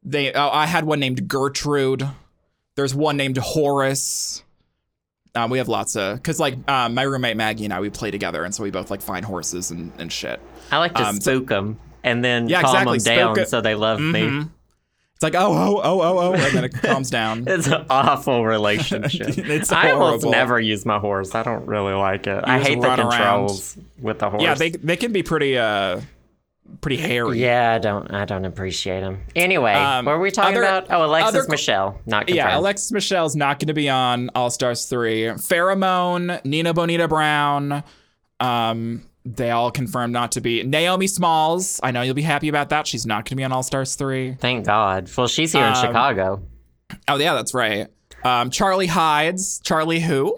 S2: They oh, I had one named Gertrude. There's one named Horace. Um, we have lots of because like um, my roommate Maggie and I we play together, and so we both like find horses and, and shit.
S1: I like to
S2: um,
S1: spook them and then
S2: Yeah,
S1: calm
S2: exactly,
S1: them down
S2: spook it-
S1: so they love me.
S2: Mhm. It's like oh oh oh oh oh, and then *laughs* it calms down.
S1: *laughs* It's an awful relationship.
S2: *laughs* It's
S1: I almost
S2: horrible.
S1: never use my horse. I don't really like it. I
S2: just
S1: hate the
S2: run around.
S1: controls with the horse.
S2: Yeah, they they can be pretty uh pretty hairy.
S1: Yeah, I don't. I don't appreciate him. Anyway,
S2: Um,
S1: what were we talking
S2: other-
S1: about? Oh, Alexis
S2: other-
S1: Michelle, not confirmed.
S2: Yeah, Alexis Michelle's not going to be on All Stars 3. Pheromone, Nina Bonita Brown, um, they all confirmed not to be. Naomi Smalls, I know you'll be happy about that. She's not going to be on All Stars 3.
S1: Thank God. Well, she's here in
S2: Um,
S1: Chicago.
S2: Oh, yeah, that's right. Um, Charlie Hides, Charlie who?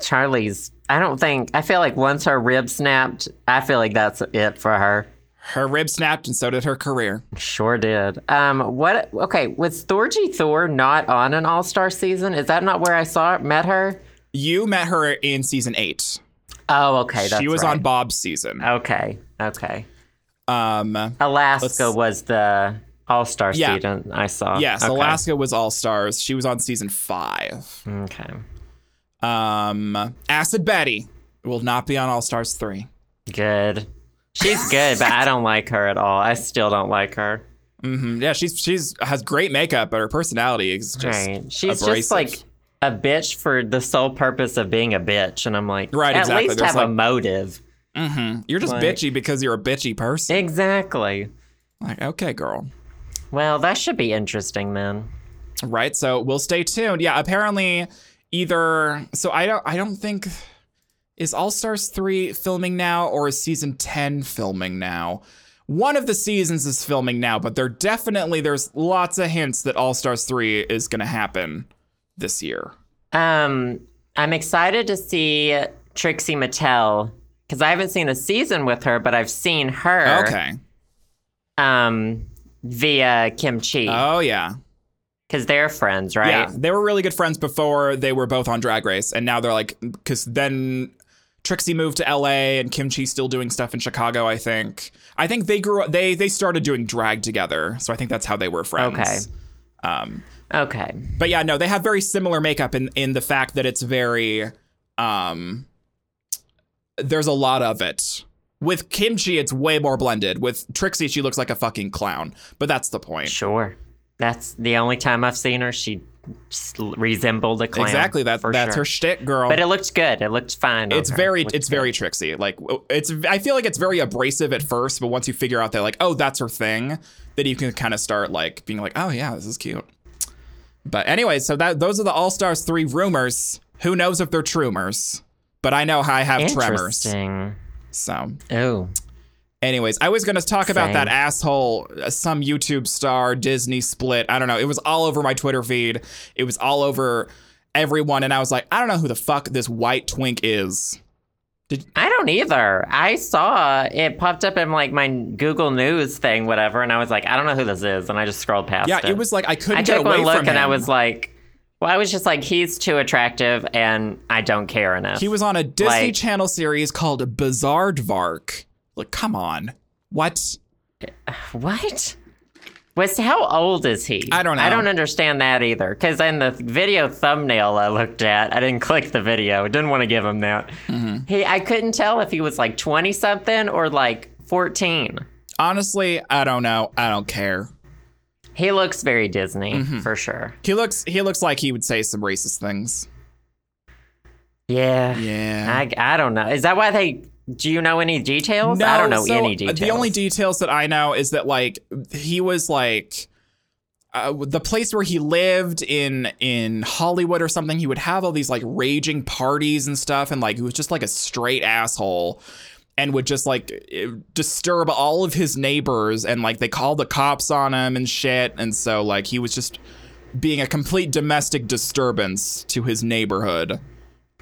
S1: Charlie's. I don't think. I feel like once her rib snapped, I feel like that's it for her.
S2: Her rib snapped and so did her career.
S1: Sure did. Um, what? Okay, was Thorgy Thor not on an All Star season? Is that not where I saw met her?
S2: You met her in season 8.
S1: Oh, okay. That's
S2: she was on
S1: right.
S2: Bob's season.
S1: Okay. Okay.
S2: Um,
S1: Alaska was the All Star
S2: Yeah.
S1: student I saw.
S2: yes,
S1: okay.
S2: Alaska was All Stars. She was on season 5.
S1: Okay.
S2: Um, Acid Betty will not be on All Stars 3.
S1: Good. She's good, but I don't like her at all. I still don't like her.
S2: hmm Yeah, she's she's has great makeup, but her personality is *laughs* just
S1: right. She's
S2: abrasive.
S1: just like a bitch for the sole purpose of being a bitch, and I'm like,
S2: Right,
S1: At
S2: exactly.
S1: least
S2: There's,
S1: have a
S2: like-
S1: motive.
S2: Mhm. you're just
S1: Like-
S2: bitchy because you're a bitchy person.
S1: Exactly.
S2: Like, okay, girl.
S1: Well, that should be interesting then.
S2: Right. So we'll stay tuned. Yeah. Apparently, either so I don't I don't think is All Stars three filming now or is season ten filming now. One of the seasons is filming now, but they're definitely there's lots of hints that All Stars three is going to happen this year.
S1: Um, I'm excited to see Trixie Mattel because I haven't seen a season with her, but I've seen her.
S2: Okay.
S1: Um, via Kim Chi
S2: Oh yeah.
S1: because they're friends, right?
S2: Yeah, they were really good friends before they were both on Drag Race, and now they're like, because then Trixie moved to L.A. and Kim Chi's still doing stuff in Chicago. I think. I think they grew. up They they started doing drag together, so I think that's how they were friends.
S1: Okay.
S2: Um,
S1: Okay.
S2: but yeah, no, they have very similar makeup in in the fact that it's very, um, there's a lot of it. With Kimchi, it's way more blended. With Trixie, she looks like a fucking clown. But that's the point.
S1: Sure. That's the only time I've seen her. She s- resembled a clown.
S2: exactly. That,
S1: for
S2: that's
S1: sure.
S2: her shtick, girl.
S1: But it looked good. It looked fine. on
S2: it's
S1: her.
S2: very
S1: Looked
S2: it's
S1: good.
S2: very tricksy like w- it's i feel like it's very abrasive at first but once you figure out that like oh that's her thing then you can kind of start like being like oh yeah this is cute but anyway so that those are the all stars three rumors who knows if they're trumors but i know i have tremors
S1: interesting.
S2: so
S1: Oh,
S2: anyways i was going to talk about
S1: Same.
S2: that asshole uh, some youtube star disney split i don't know it was all over my twitter feed it was all over everyone and i was like i don't know who the fuck this white twink is
S1: I don't either. I saw it popped up in like my Google News thing, whatever, and I was like, I don't know who this is, and I just scrolled past.
S2: Yeah, it was like I couldn't
S1: I
S2: get
S1: took
S2: away
S1: one look
S2: from
S1: and
S2: him.
S1: I was like, well, I was just like, he's too attractive, and I don't care enough.
S2: he was on a Disney
S1: like-
S2: Channel series called Bizarrevark. Like, come on, what?
S1: What? Was how old is he?
S2: I don't know.
S1: I don't understand that either. Because in the video thumbnail I looked at, I didn't *laughs* click the video. I didn't want to give him that.
S2: Mm-hmm.
S1: He, I couldn't tell if he was like twenty something or like fourteen.
S2: Honestly, I don't know. I don't care.
S1: He looks very Disney
S2: Mm-hmm.
S1: for sure.
S2: He looks he looks like he would say some racist things.
S1: Yeah.
S2: Yeah.
S1: I, I don't know. Is that why they? Do you know any details? I don't know
S2: so,
S1: any
S2: uh,
S1: details.
S2: The only details that I know is that like he was like uh, the place where he lived in in Hollywood or something. He would have all these like raging parties and stuff, and like he was just like a straight asshole. And would just like eh, disturb all of his neighbors, and like they called the cops on him and shit. And so, like, he was just being a complete domestic disturbance to his neighborhood.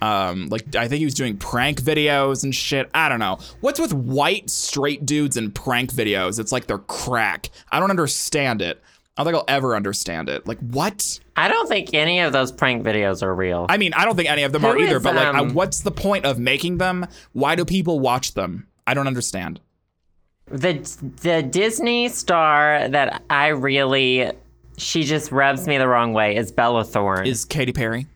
S2: Um, like I think he was doing prank videos and shit. I don't know. What's with white straight dudes and prank videos? It's like they're crack. I don't understand it. I don't think I'll ever understand it. Like what?
S1: I don't think any of those prank videos are real.
S2: I mean, I don't think any of them
S1: Who
S2: are either.
S1: is,
S2: but like, I,
S1: um,
S2: what's the point of making them? Why do people watch them? I don't understand.
S1: the the Disney star that I really she just rubs me the wrong way is Bella Thorne.
S2: Is Katy Perry?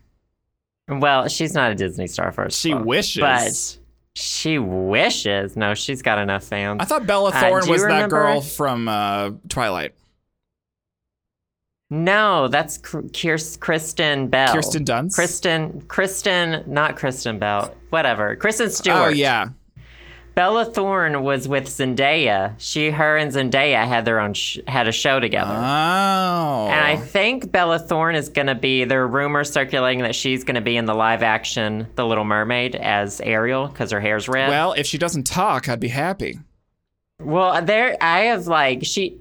S1: well, she's not a Disney star first.
S2: She
S1: of all,
S2: wishes.
S1: but she wishes. No, she's got enough fans.
S2: I thought Bella
S1: Uh,
S2: Thorne
S1: do you
S2: was that
S1: remember-
S2: girl from uh, Twilight.
S1: No, that's Kr- Kirs- Kristen Bell.
S2: Kirsten Dunst.
S1: Kristen, Kristen, not Kristen Bell. Whatever. Kristen Stewart.
S2: Oh yeah.
S1: Bella Thorne was with Zendaya. She, her, and Zendaya had their own sh- had a show together.
S2: Oh.
S1: And I think Bella Thorne is going to be. There are rumors circulating that she's going to be in the live action The Little Mermaid as Ariel because her hair's red.
S2: well, if she doesn't talk, I'd be happy.
S1: Well, uh, there I have like she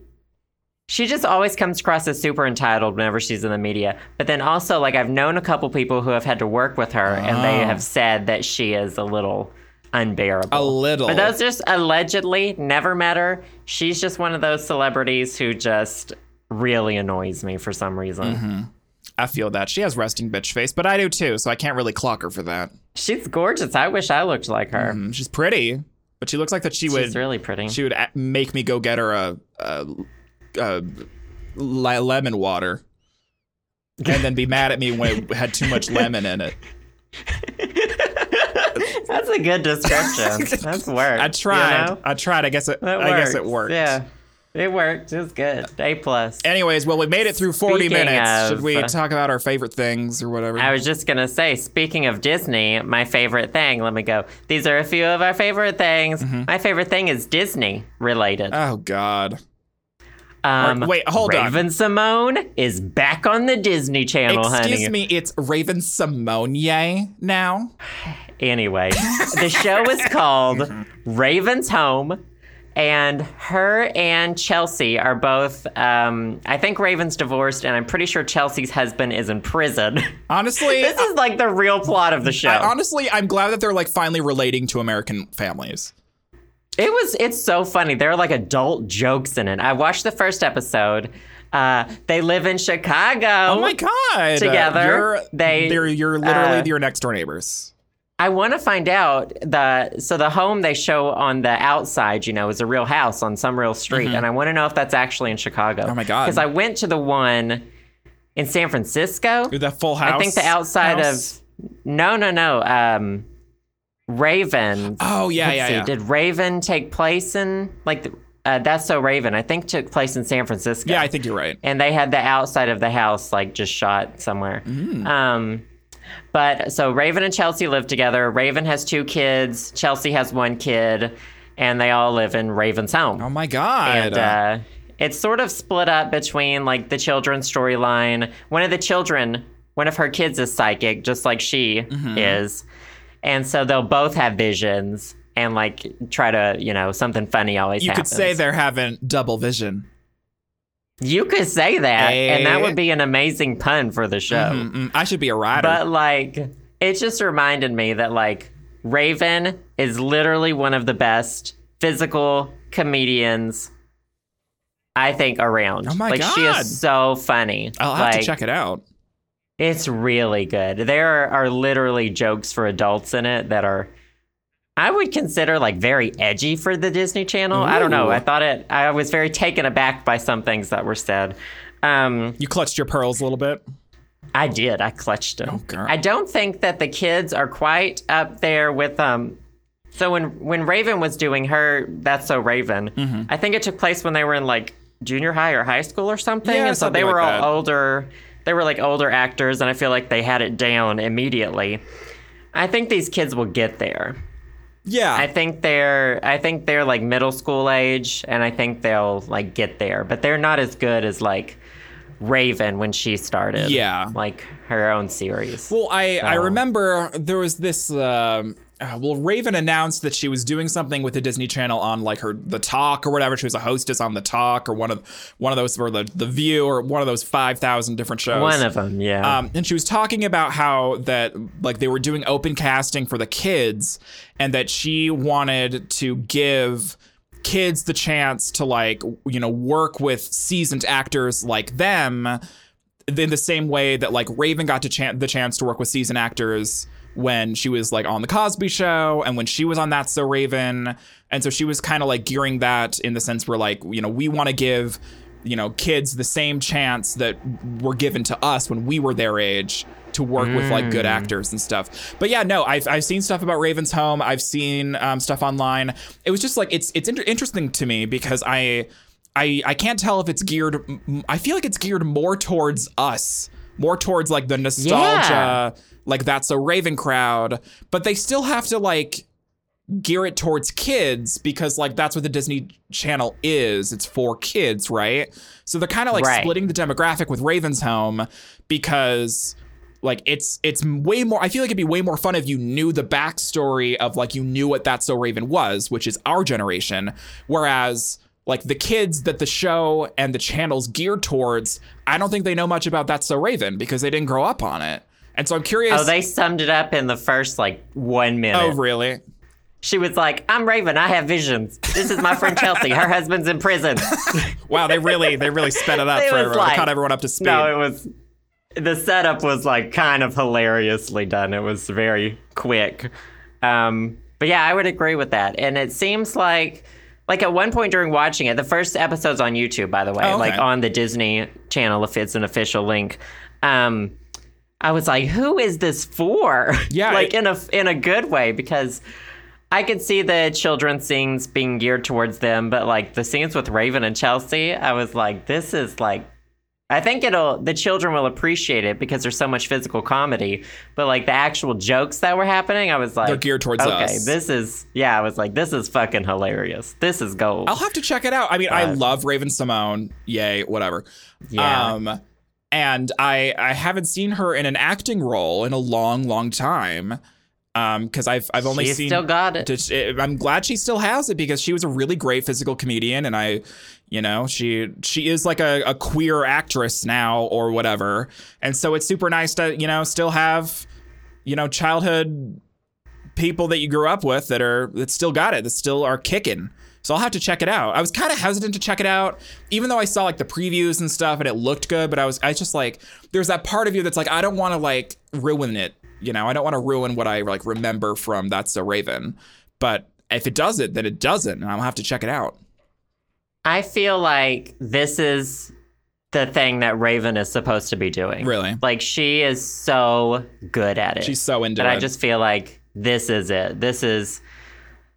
S1: she just always comes across as super entitled whenever she's in the media. But then also like I've known a couple people who have had to work with her and they
S2: Oh.
S1: have said that she is a little unbearable.
S2: A little.
S1: But those just allegedly never met her. She's just one of those celebrities who just really annoys me for some reason.
S2: Mm-hmm. I feel that she has resting bitch face, but I do too, so I can't really clock her for that.
S1: She's gorgeous. I wish I looked like her.
S2: Mm, She's pretty, but she looks like that she would
S1: She's really pretty.
S2: she would a- make me go get her a, a, a li- lemon water, and then be mad at me when it had too much lemon
S1: *laughs*
S2: in it.
S1: *laughs* That's a good
S2: *laughs*
S1: description. That's work.
S2: I
S1: you
S2: tried.
S1: know?
S2: I tried. I guess it.
S1: That
S2: I guess it
S1: works.
S2: worked.
S1: Yeah, it worked. It was good. A plus.
S2: Anyways, well, we made it through 40
S1: Speaking
S2: minutes.
S1: of- uh,
S2: Should we talk about our favorite things or whatever?
S1: I was just gonna say, speaking of Disney, my favorite thing. Let me go. These are a few of our favorite things.
S2: Mm-hmm.
S1: My favorite thing is Disney related.
S2: oh God.
S1: um,
S2: wait, hold on.
S1: Raven Simone is back on the Disney Channel,
S2: Excuse
S1: honey.
S2: me, it's Raven Simone now.
S1: Anyway, the show
S2: *laughs*
S1: is called
S2: Mm-hmm.
S1: Raven's Home. And her and Chelsea are both. Um, I think Raven's divorced, and I'm pretty sure Chelsea's husband is in prison. *laughs*
S2: Honestly,
S1: This is like the real plot of the show.
S2: I, honestly, I'm glad that they're like finally relating to American families.
S1: it was it's so funny. There are like adult jokes in it. I watched the first episode. Uh, they live in Chicago.
S2: Oh my god!
S1: Together,
S2: you're,
S1: they,
S2: are you're literally
S1: uh,
S2: your next door neighbors.
S1: I want to find out the so the home they show on the outside, you know, is a real house on some real street, and I want to know if that's actually in Chicago.
S2: Mm-hmm. Oh my God.
S1: Because I went to the one in San Francisco.
S2: The full house.
S1: I think the outside
S2: house?
S1: of no, no, no. Um, Raven.
S2: Oh yeah,
S1: Let's
S2: yeah,
S1: see,
S2: yeah.
S1: Did Raven take place in like the, uh, that's so Raven? I think took place in San Francisco.
S2: yeah, I think you're right.
S1: and they had the outside of the house like just shot somewhere.
S2: Mm.
S1: Um, but so Raven and Chelsea live together. Raven has two kids. Chelsea has one kid, and they all live in Raven's home.
S2: Oh my god!
S1: and uh, it's sort of split up between like the children's storyline. One of the children, one of her kids, is psychic, just like she
S2: Mm-hmm.
S1: is, and so they'll both have visions and like try to, you know, something funny always.
S2: you could
S1: happens.
S2: say they're having double vision.
S1: You could say that, and that
S2: Eh? Mm-hmm.
S1: would be an amazing pun for the show.
S2: Mm-mm, I should be a writer.
S1: Oh. But like, it just reminded me that like Raven is literally one of the best physical comedians I think around.
S2: Oh my
S1: like she
S2: God.
S1: is so funny.
S2: I'll have
S1: Like,
S2: to check it out.
S1: It's really good. There are, are literally jokes for adults in it that are I would consider like very edgy for the Disney Channel. I don't know.
S2: Ooh.
S1: I thought it I was very taken aback by some things that were said. Um
S2: You clutched your pearls a little bit.
S1: I did. I clutched them.
S2: girl.
S1: I don't think that the kids are quite up there with um. So when when Raven was doing her That's So Raven,
S2: Mm-hmm.
S1: I think it took place when they were in like junior high or high school or something,
S2: Yeah,
S1: and so
S2: something
S1: they were
S2: like
S1: all
S2: that.
S1: older. They were like older actors, and I feel like they had it down immediately. I think these kids will get there.
S2: Yeah.
S1: I think they're I think they're like middle school age and I think they'll like get there, but they're not as good as like Raven when she started.
S2: Yeah.
S1: Like her own series.
S2: Well, I, I remember there was this. Um, uh, well, Raven announced that she was doing something with the Disney Channel on like her the Talk or whatever. She was a hostess on the Talk or one of one of those or the the View or one of those five thousand different shows.
S1: One of them, yeah.
S2: Um, and she was talking about how that like they were doing open casting for the kids, and that she wanted to give kids the chance to like w- you know work with seasoned actors like them in the same way that like Raven got to chan- the chance to work with seasoned actors when she was like on the Cosby Show and when she was on That's So Raven, and so she was kind of like gearing that in the sense where like you know we want to give you know kids the same chance that were given to us when we were their age to work with like good actors and stuff. But yeah, no, I've, I've seen stuff about Raven's Home. I've seen um, stuff online. It was just like it's it's inter- interesting to me because I. I I can't tell if it's geared. m- m- I feel like it's geared more towards us, more towards like the nostalgia, like that's a Raven crowd. But they still have to like gear it towards kids because like that's what the Disney Channel is. It's for kids, right? So they're kind of like
S1: Right.
S2: splitting the demographic with Raven's Home because like it's it's way more I feel like it'd be way more fun if you knew the backstory of like you knew what That's So Raven was, which is our generation, whereas like the kids that the show and the channels geared towards, I don't think they know much about That's So Raven because they didn't grow up on it. And so I'm curious
S1: Oh, they summed it up in the first like one minute.
S2: Oh, really?
S1: She was like, I'm Raven. I have visions. This is my
S2: *laughs*
S1: friend Chelsea. Her husband's in prison.
S2: Wow, they really they really sped
S1: *laughs*
S2: it up
S1: It
S2: for
S1: was
S2: everyone. they
S1: like-
S2: caught everyone up to speed.
S1: no, it was. The setup was like kind of hilariously done. It was very quick. Um, but yeah, I would agree with that. And it seems like, like at one point during watching it, the first episode's on YouTube, by the way,
S2: Oh, okay.
S1: like on the Disney channel, if it's an official link. Um, I was like, who is this for? *laughs*
S2: Yeah,
S1: like
S2: it-
S1: in a in a good way because I could see the children's scenes being geared towards them, but like the scenes with Raven and Chelsea, I was like, this is like I think it'll the children will appreciate it because there's so much physical comedy, but like the actual jokes that were happening, I was like
S2: They're geared towards
S1: okay,
S2: us.
S1: this is yeah, I was like this is fucking hilarious. This is gold.
S2: I'll have to check it out. I mean, I
S1: Uh,
S2: love Raven Simone. Yay, whatever.
S1: Yeah.
S2: Um, and I I haven't seen her in an acting role in a long, long time. Um, because I've I've only
S1: She's
S2: seen
S1: still got it.
S2: Just- it- I'm glad she still has it because she was a really great physical comedian, and I, you know, she she is like a, a queer actress now or whatever, and so it's super nice to you know still have, you know, childhood people that you grew up with that are that still got it that still are kicking. So I'll have to check it out. I was kind of hesitant to check it out, even though I saw like the previews and stuff and it looked good. But I was I was just like, there's that part of you that's like, I don't want to like ruin it. You know, I don't want to ruin what I like remember from That's a Raven. But if it does it, then it doesn't, and I'll have to check it out.
S1: I feel like this is the thing that Raven is supposed to be doing.
S2: Really,
S1: Like she is so good at it.
S2: she's so into
S1: But
S2: it.
S1: I just feel like this is it. This is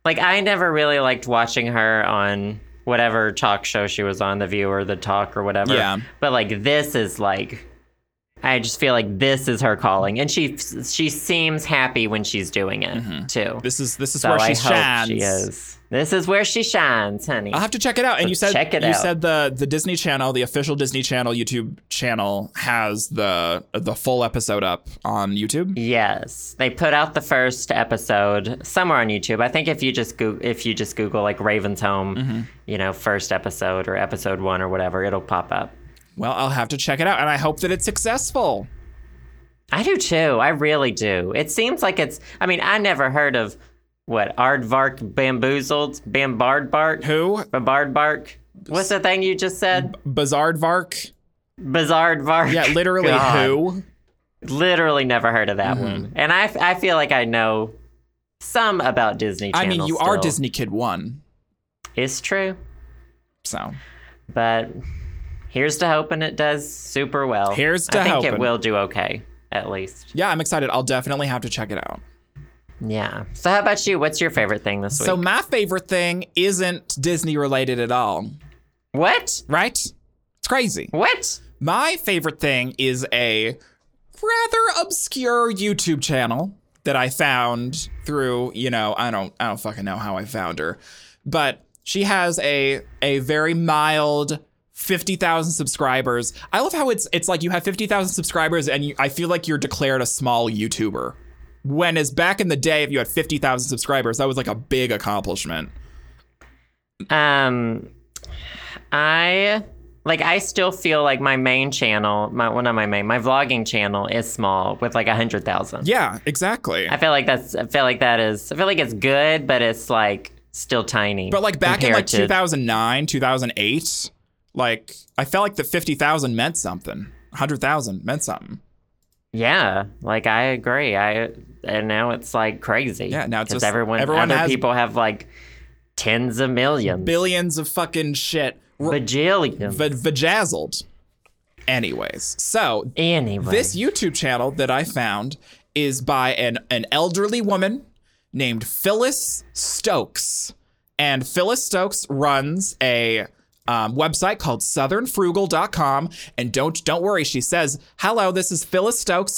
S1: like I never really liked watching her on whatever talk show she was on, The View or The Talk or whatever.
S2: Yeah.
S1: But like this is like I just feel like this is her calling, and she she seems happy when she's doing it too.
S2: Mm-hmm. this is this is
S1: so
S2: where
S1: I
S2: she
S1: hope
S2: shines.
S1: she is. This is where she shines, honey.
S2: I'll have to check it out. And you said
S1: check it
S2: you
S1: out.
S2: said the the Disney Channel, the official Disney Channel YouTube channel, has the the full episode up on YouTube.
S1: Yes, they put out the first episode somewhere on YouTube. I think if you just Google, if you just Google like Raven's Home,
S2: Mm-hmm.
S1: you know, first episode or episode one or whatever, it'll pop up.
S2: Well, I'll have to check it out, and I hope that it's successful.
S1: I do too. I really do. It seems like it's. I mean, I never heard of what Aardvark bamboozled, bambard bark,
S2: Who?
S1: bambard bark. What's the thing you just said?
S2: Bizarre Vark?
S1: Bizarre bark.
S2: Yeah, literally
S1: God.
S2: who?
S1: *laughs* Literally never heard of that
S2: Mm-hmm.
S1: one. And I, I feel like I know some about Disney.
S2: I mean,
S1: Channel
S2: you are
S1: still.
S2: Disney Kid One,
S1: It's true.
S2: so
S1: but here's to hoping it does super well.
S2: Here's to
S1: I think
S2: hoping.
S1: it will do okay, at least.
S2: yeah, I'm excited. I'll definitely have to check it out.
S1: Yeah. So how about you? What's your favorite thing this week?
S2: So my favorite thing isn't Disney related at all,
S1: what?
S2: right? It's crazy.
S1: What?
S2: My favorite thing is a rather obscure YouTube channel that I found through, you know, I don't I don't fucking know how I found her. But she has a a very mild 50,000 subscribers. I love how it's it's like you have 50,000 subscribers and you, I feel like you're declared a small YouTuber. When is back in the day if you had 50,000 subscribers, that was like a big accomplishment.
S1: Um, I like I still feel like my main channel, my well not my main, my vlogging channel is small with like a hundred thousand.
S2: Yeah, exactly.
S1: I feel like that's I feel like that is I feel like it's good, but it's like still tiny.
S2: But like back in
S1: compared
S2: like
S1: to-
S2: 2009, 2008, like I felt like the 50,000 meant something. 100,000 meant something.
S1: Yeah, like I agree. I and now it's like crazy.
S2: Yeah, now it's
S1: 'Cause
S2: just-
S1: everyone,
S2: everyone
S1: other
S2: has-
S1: people have like tens of millions,
S2: Billions of fucking shit. R-
S1: bajillions.
S2: v- vajazzled. Anyways, so
S1: anyway,
S2: this YouTube channel that I found is by an, an elderly woman named Phyllis Stokes. And Phyllis Stokes runs a um, website called southernfrugal.com. And don't don't worry, she says, "Hello, this is Phyllis Stokes,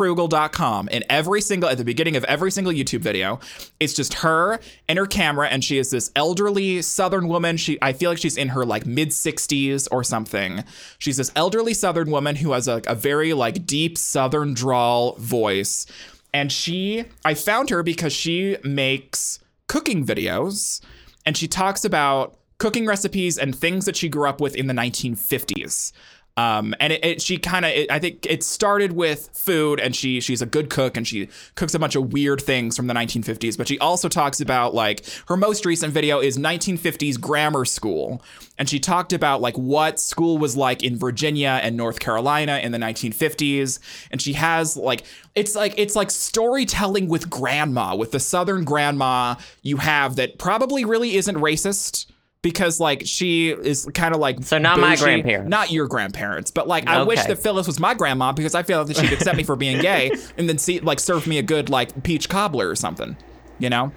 S2: southernfrugal.com." In every single at the beginning of every single YouTube video, it's just her and her camera, and she is this elderly Southern woman. She I feel like she's in her like mid 60s or something. She's this elderly Southern woman who has a, a very like deep Southern drawl voice. And she, I found her because she makes cooking videos and she talks about cooking recipes and things that she grew up with in the 1950s. Um, and it, it she kind of, I think it started with food, and she she's a good cook, and she cooks a bunch of weird things from the 1950s. But she also talks about like her most recent video is 1950s grammar school, and she talked about like what school was like in Virginia and North Carolina in the 1950s. And she has like it's like it's like storytelling with grandma, with the Southern grandma you have that probably really isn't racist because like she is kind of like
S1: So not my
S2: bougie-
S1: grandparents.
S2: not your grandparents but like i
S1: Okay.
S2: wish that phyllis was my grandma because i feel that she'd accept me for
S1: *laughs*
S2: being gay and then see like serve me a good like peach cobbler or something you know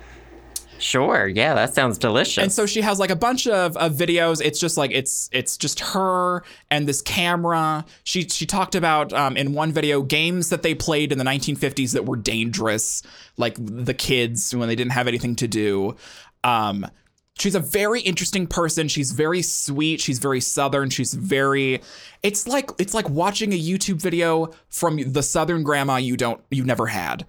S1: Sure. Yeah, that sounds delicious.
S2: and so she has like a bunch of, of videos. It's just like it's it's just her and this camera. She she talked about um, in one video games that they played in the 1950s that were dangerous, like the kids when they didn't have anything to do. Um, she's a very interesting person. She's very sweet. She's very southern. She's very. It's like it's like watching a YouTube video from the southern grandma you don't you never had.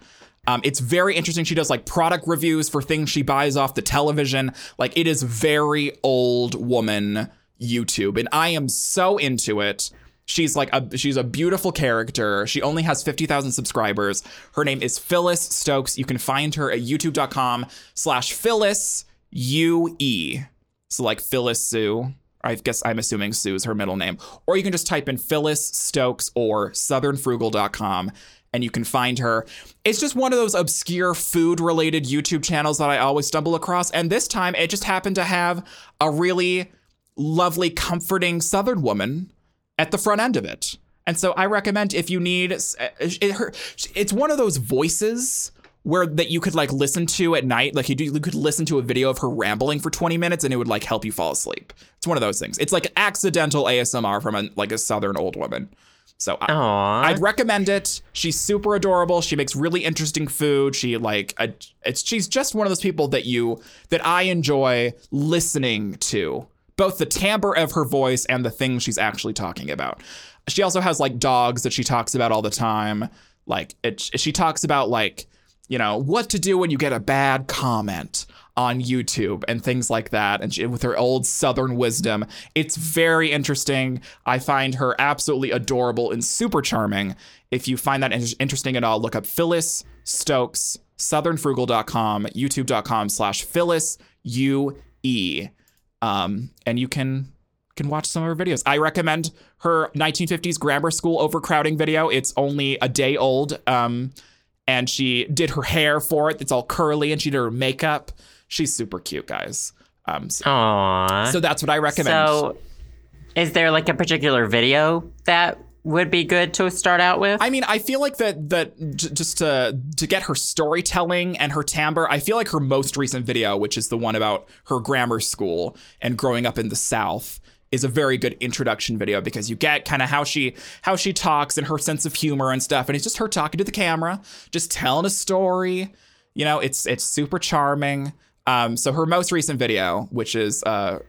S2: Um, it's very interesting. She does like product reviews for things she buys off the television. Like it is very old woman YouTube, and I am so into it. She's like a she's a beautiful character. She only has fifty thousand subscribers. Her name is Phyllis Stokes. You can find her at YouTube.com/slash Phyllis U E. So like Phyllis Sue. I guess I'm assuming Sue is her middle name. Or you can just type in Phyllis Stokes or southernfrugal.com and you can find her. It's just one of those obscure food related YouTube channels that I always stumble across. And this time it just happened to have a really lovely, comforting Southern woman at the front end of it. And so I recommend if you need uh, it, her, it's one of those voices where that you could like listen to at night like you, do, you could listen to a video of her rambling for 20 minutes and it would like help you fall asleep it's one of those things it's like accidental asmr from a, like a southern old woman so I,
S1: Aw.
S2: I'd recommend it. She's super adorable. She makes really interesting food. She like uh, it's she's just one of those people that you that I enjoy listening to. Both the timbre of her voice and the things she's actually talking about. She also has like dogs that she talks about all the time. Like it, she talks about like you know what to do when you get a bad comment on YouTube and things like that. And she, with her old Southern wisdom, it's very interesting. I find her absolutely adorable and super charming. If you find that in- interesting at all, look up Phyllis Stokes, southernfrugal.com, youtube.com slash Phyllis U E. Um, and you can can watch some of her videos. I recommend her 1950s grammar school overcrowding video. It's only a day old. Um, and she did her hair for it. It's all curly, and she did her makeup. She's super cute, guys. Um, so,
S1: Aw.
S2: so that's what I recommend.
S1: So, is there like a particular video that would be good to start out with?
S2: I mean, I feel like that that j- just to to get her storytelling and her timbre, I feel like her most recent video, which is the one about her grammar school and growing up in the South, is a very good introduction video because you get kind of how she how she talks and her sense of humor and stuff, and it's just her talking to the camera, just telling a story. You know, it's it's super charming. Um, so her most recent video, which is uh,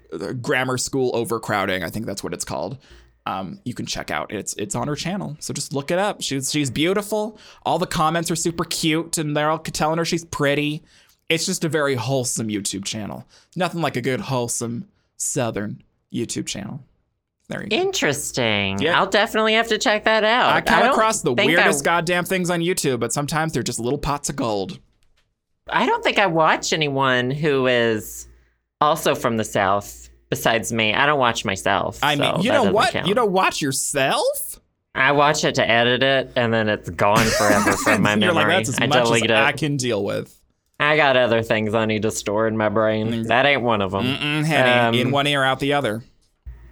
S2: grammar school overcrowding, I think that's what it's called. Um, you can check out it's it's on her channel, so just look it up. She's she's beautiful. All the comments are super cute, and they're all telling her she's pretty. It's just a very wholesome YouTube channel. Nothing like a good wholesome Southern YouTube channel. There you go.
S1: Interesting.
S2: Yeah.
S1: I'll definitely have to check that out.
S2: I come
S1: don't
S2: across the
S1: think I-
S2: weirdest goddamn things on YouTube, but sometimes they're just little pots of gold.
S1: I don't think I watch anyone who is also from the South besides me. I don't watch myself.
S2: I
S1: so
S2: mean, you
S1: that
S2: know
S1: doesn't
S2: what?
S1: count.
S2: You don't watch yourself.
S1: I watch it to edit it, and then it's gone forever
S2: *laughs*
S1: from my memory.
S2: You're like, that's as
S1: I
S2: much as
S1: delete it.
S2: I
S1: I,
S2: can deal with.
S1: got other things I need to store in my brain. That ain't one of them.
S2: Mm, Henny,
S1: Um,
S2: in one ear, out the other.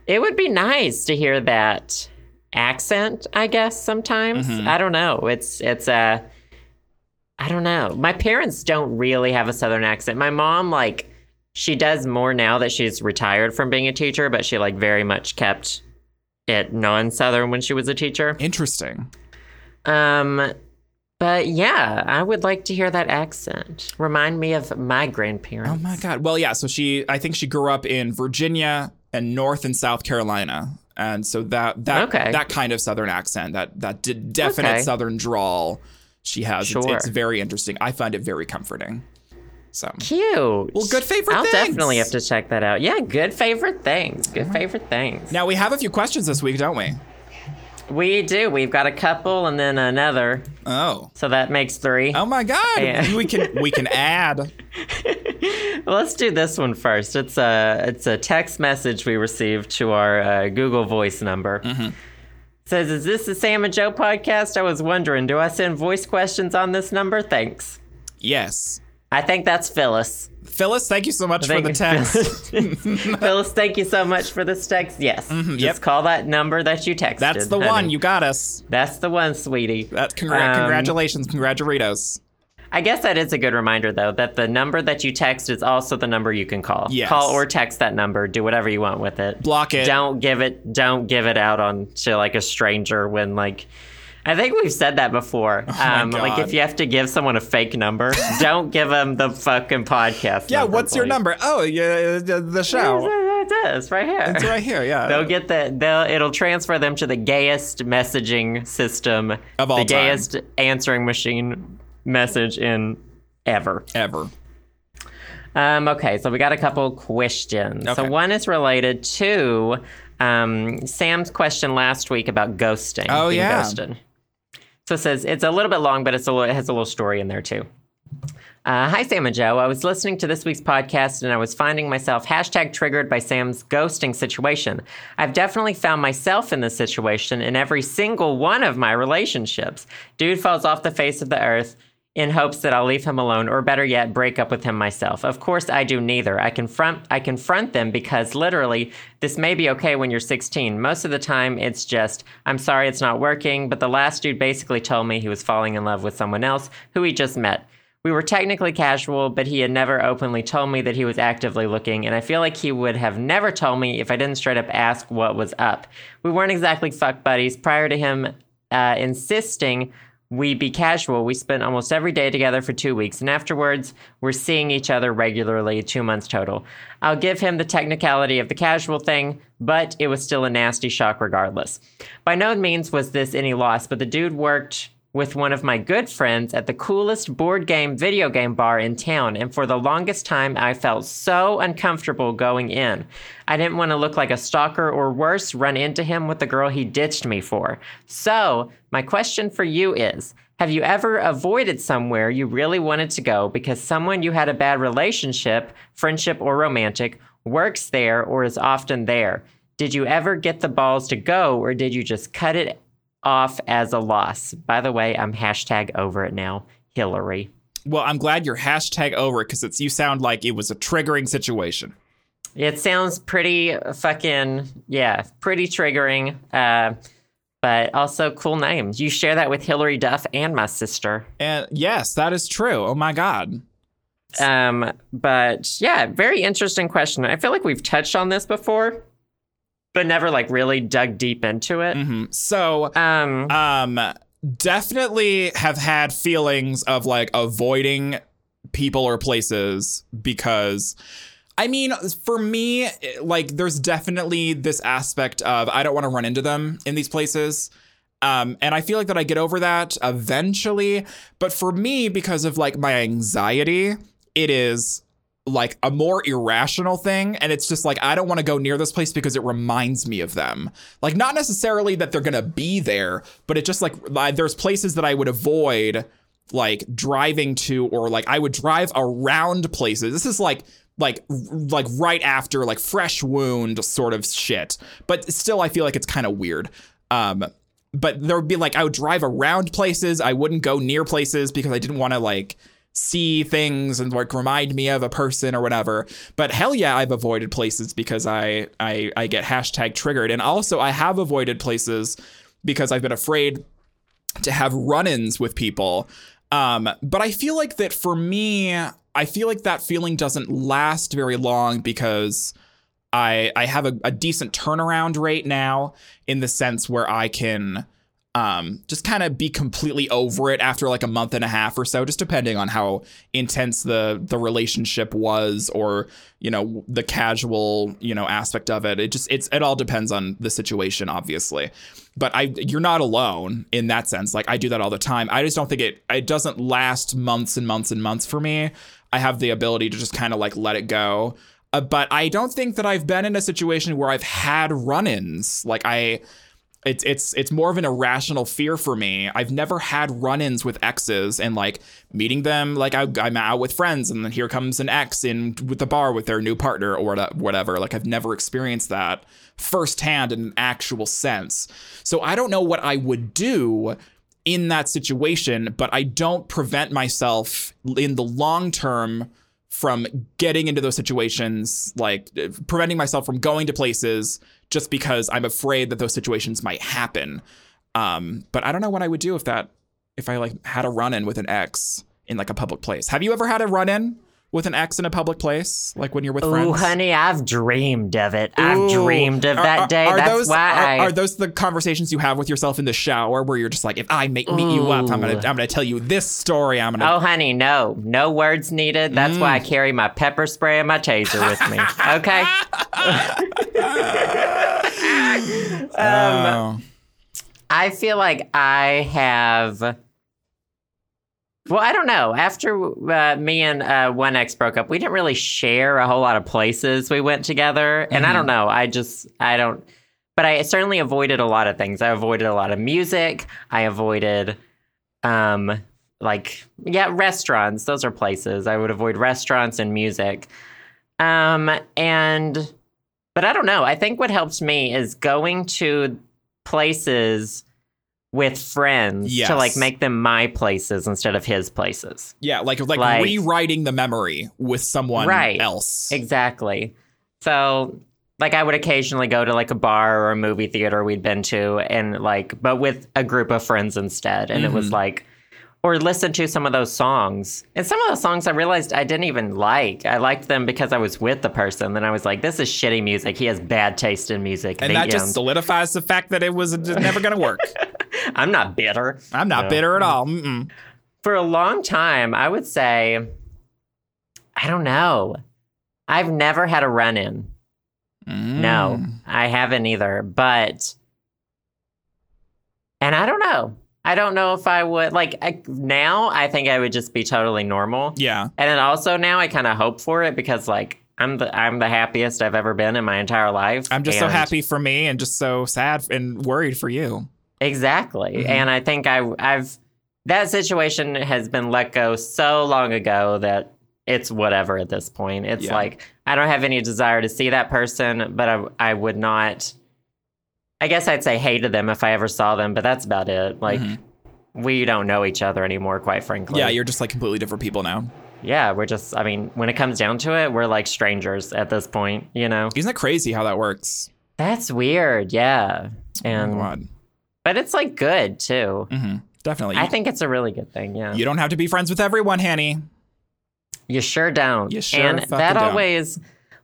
S1: It would be nice to hear that accent, I guess, sometimes. I don't know. It's it's uh, a I don't know. My parents don't really have a southern accent. My mom like she does more now that she's retired from being a teacher, but she like very much kept it non-southern when she was a teacher.
S2: Interesting.
S1: Um but yeah, I would like to hear that accent. Remind me of my grandparents.
S2: Oh my god. Well, yeah. So she, I think she grew up in Virginia and North and South Carolina, and so that that
S1: Okay.
S2: that kind of Southern accent, that that d- definite
S1: Okay.
S2: Southern drawl, she has.
S1: Sure.
S2: It's, it's very interesting. I find it very comforting. So
S1: Cute.
S2: Well, good favorite
S1: I'll
S2: things.
S1: definitely have to check that out. Yeah, good favorite things. Good favorite things.
S2: now we have a few questions this week, don't we?
S1: We do. We've got a couple and then another.
S2: Oh.
S1: So that makes three.
S2: Oh my god.
S1: Yeah.
S2: We can
S1: *laughs*
S2: we can add.
S1: Well, let's do this one first. It's a it's a text message we received to our uh, Google Voice number.
S2: Mm-hmm.
S1: Says, "Is this the Sam and Joe podcast?" I was wondering, do I send voice questions on this number? Thanks.
S2: Yes.
S1: I think that's Phyllis.
S2: Phyllis, thank you so much for the
S1: Thank-
S2: text. Mm-hmm,
S1: Phyllis, *laughs* thank you so much for this text. Yes, just
S2: yep.
S1: call that number that you texted.
S2: That's the
S1: honey.
S2: one. You got us.
S1: That's the one, sweetie.
S2: That congra-
S1: Um,
S2: congratulations, congraturitos.
S1: I guess that is a good reminder, though, that the number that you text is also the number you can call.
S2: Yes.
S1: Call or text that number. Do whatever you want with it.
S2: Block it.
S1: Don't give it. Don't give it out on to like a stranger when like. I think we've said that before.
S2: Oh my
S1: um, like
S2: God.
S1: if you have to give someone a fake
S2: *laughs*
S1: number, don't give them the fucking podcast.
S2: Yeah, what's your
S1: please.
S2: number? Oh, yeah, the- the show.
S1: It's, it's right here.
S2: It's right here. Yeah.
S1: They'll get the they'll it'll transfer them to the gayest messaging system
S2: Of all
S1: the
S2: time.
S1: gayest answering machine message in ever.
S2: Ever.
S1: Um, okay, so we got a couple questions. So
S2: Okay.
S1: one is related to um, Sam's question last week about ghosting.
S2: Oh,
S1: being
S2: yeah.
S1: ghosted. So it says it's a little bit long, but it's a little, it has a little story in there too. Uh, hi, Sam and Joe. I was listening to this week's podcast and I was finding myself hashtag triggered by Sam's ghosting situation. I've definitely found myself in this situation in every single one of my relationships. Dude falls off the face of the earth in hopes that I'll leave him alone or better yet, break up with him myself. Of course, I do neither. I confront, I confront them because literally, this may be okay when you're 16. Most of the time, it's just, I'm sorry it's not working, but the last dude basically told me he was falling in love with someone else who he just met. We were technically casual, but he had never openly told me that he was actively looking, and I feel like he would have never told me if I didn't straight up ask what was up. We weren't exactly fuck buddies. Prior to him uh, insisting we be casual, we spent almost every day together for two weeks, and afterwards, we're seeing each other regularly, two months total. I'll give him the technicality of the casual thing, but it was still a nasty shock regardless. By no means was this any loss, but the dude worked with one of my good friends at the coolest board game video game bar in town, and for the longest time I felt so uncomfortable going in. I didn't want to look like a stalker or worse, run into him with the girl he ditched me for. So, my question for you is Have you ever avoided somewhere you really wanted to go because someone you had a bad relationship, friendship, or romantic, works there or is often there? Did you ever get the balls to go, or did you just cut it off as a loss. By the way, I'm hashtag over it now, Hillary.
S2: Well, I'm glad you're hashtag over it because it's you sound like it was a triggering situation.
S1: It sounds pretty fucking yeah, pretty triggering. Uh, but also cool name. You share that with Hillary Duff and my sister.
S2: And yes, that is true. Oh my god.
S1: Um, but yeah, very interesting question. I feel like we've touched on this before, but never like really dug deep into it.
S2: hmm So,
S1: Um,
S2: um, definitely have had feelings of like avoiding people or places because. I mean, for me, like, there's definitely this aspect of I don't want to run into them in these places. Um, and I feel like that I get over that eventually. But for me, because of like my anxiety, it is like a more irrational thing. And it's just like, I don't want to go near this place because it reminds me of them. Like, not necessarily that they're going to be there, but it just like, I- there's places that I would avoid like driving to or like I would drive around places. This is like, like r- like right after like fresh wound sort of shit but still i feel like it's kind of weird um but there would be like I would drive around places. I wouldn't go near places because I didn't want to like see things and like remind me of a person or whatever. But hell yeah, I've avoided places because I I I get hashtag triggered. And also I have avoided places because I've been afraid to have run-ins with people. Um, but I feel like that for me, I I feel like that feeling doesn't last very long because I I have a, a decent turnaround rate now in the sense where I can um, just kind of be completely over it after like a month and a half or so, just depending on how intense the the relationship was or you know the casual you know aspect of it. It just it's it all depends on the situation, obviously. But I you're not alone in that sense. Like I do that all the time. I just don't think it it doesn't last months and months and months for me. I have the ability to just kind of like let it go. Uh, but I don't think that I've been in a situation where I've had run-ins. Like I it's it's it's more of an irrational fear for me. I've never had run-ins with exes and like meeting them. Like I, I'm out with friends, and then here comes an ex in with the bar with their new partner or what- whatever. Like I've never experienced that firsthand in an actual sense. So I don't know what I would do in that situation, but I don't prevent myself in the long term from getting into those situations, like eh, preventing myself from going to places just because I'm afraid that those situations might happen. Um, but I don't know what I would do if that if I like had a run in with an ex in like a public place. Have you ever had a run in with an ex in a public place, like when you're with
S1: Ooh,
S2: friends?
S1: honey, I've dreamed of it. I've
S2: Ooh.
S1: dreamed of
S2: Are-
S1: that
S2: are-
S1: day.
S2: Are
S1: That's
S2: those,
S1: why
S2: are,
S1: I.
S2: are those the conversations you have with yourself in the shower where you're just like, if I make, meet you up, I'm gonna
S1: Ooh.
S2: I'm gonna tell you this story. I'm gonna
S1: Oh, honey, no. No words needed. That's why I carry my pepper spray and my taser with me. Okay.
S2: *laughs*
S1: Um,
S2: Oh.
S1: I feel like I have. Well, I don't know. After uh, me and uh, one ex broke up, we didn't really share a whole lot of places we went together. And I don't know. I just, I don't. But I certainly avoided a lot of things. I avoided a lot of music. I avoided, um, like yeah, restaurants. Those are places I would avoid restaurants and music. Um, and but I don't know. I think what helps me is going to places with friends
S2: Yes.
S1: to like make them my places instead of his places.
S2: Yeah, like, like
S1: Like-
S2: rewriting the memory with someone
S1: Right.
S2: else.
S1: Exactly. So like I would occasionally go to like a bar or a movie theater we'd been to and like but with a group of friends instead and it was
S2: Mhm.
S1: like or listen to some of those songs. And some of those songs I realized I didn't even like. I liked them because I was with the person. Then I was like, this is shitty music. He has bad taste in music.
S2: and
S1: The
S2: that just
S1: end.
S2: solidifies the fact that it was
S1: *laughs*
S2: just never gonna work.
S1: I'm not bitter.
S2: I'm not
S1: No.
S2: bitter at all. Mm-mm.
S1: for a long time, I would say, I don't know. I've never had a run in.
S2: Mm.
S1: No, I haven't either. But, and I don't know. I don't know if I would, like, I, now I think I would just be totally normal.
S2: Yeah.
S1: And then also now I kind of hope for it because, like, I'm the I'm the happiest I've ever been in my entire life.
S2: I'm just so
S1: And-
S2: happy for me and just so sad and worried for you.
S1: Exactly.
S2: Mhm.
S1: And I think I I've that situation has been let go so long ago that it's whatever at this point. It's
S2: Yeah.
S1: like I don't have any desire to see that person, but I I would not I guess I'd say hated them if I ever saw them, but that's about it. Like
S2: Mhm.
S1: we don't know each other anymore, quite frankly.
S2: Yeah, you're just like completely different people now.
S1: yeah, we're just I mean, when it comes down to it, we're like strangers at this point, you know.
S2: Isn't that crazy how that works?
S1: That's weird, yeah.
S2: oh my
S1: And
S2: God.
S1: but it's like good too.
S2: hmm Definitely.
S1: I think it's a really good thing, yeah.
S2: you don't have to be friends with everyone, Hanny.
S1: You sure don't.
S2: You sure
S1: And
S2: fucking
S1: that
S2: don't.
S1: always,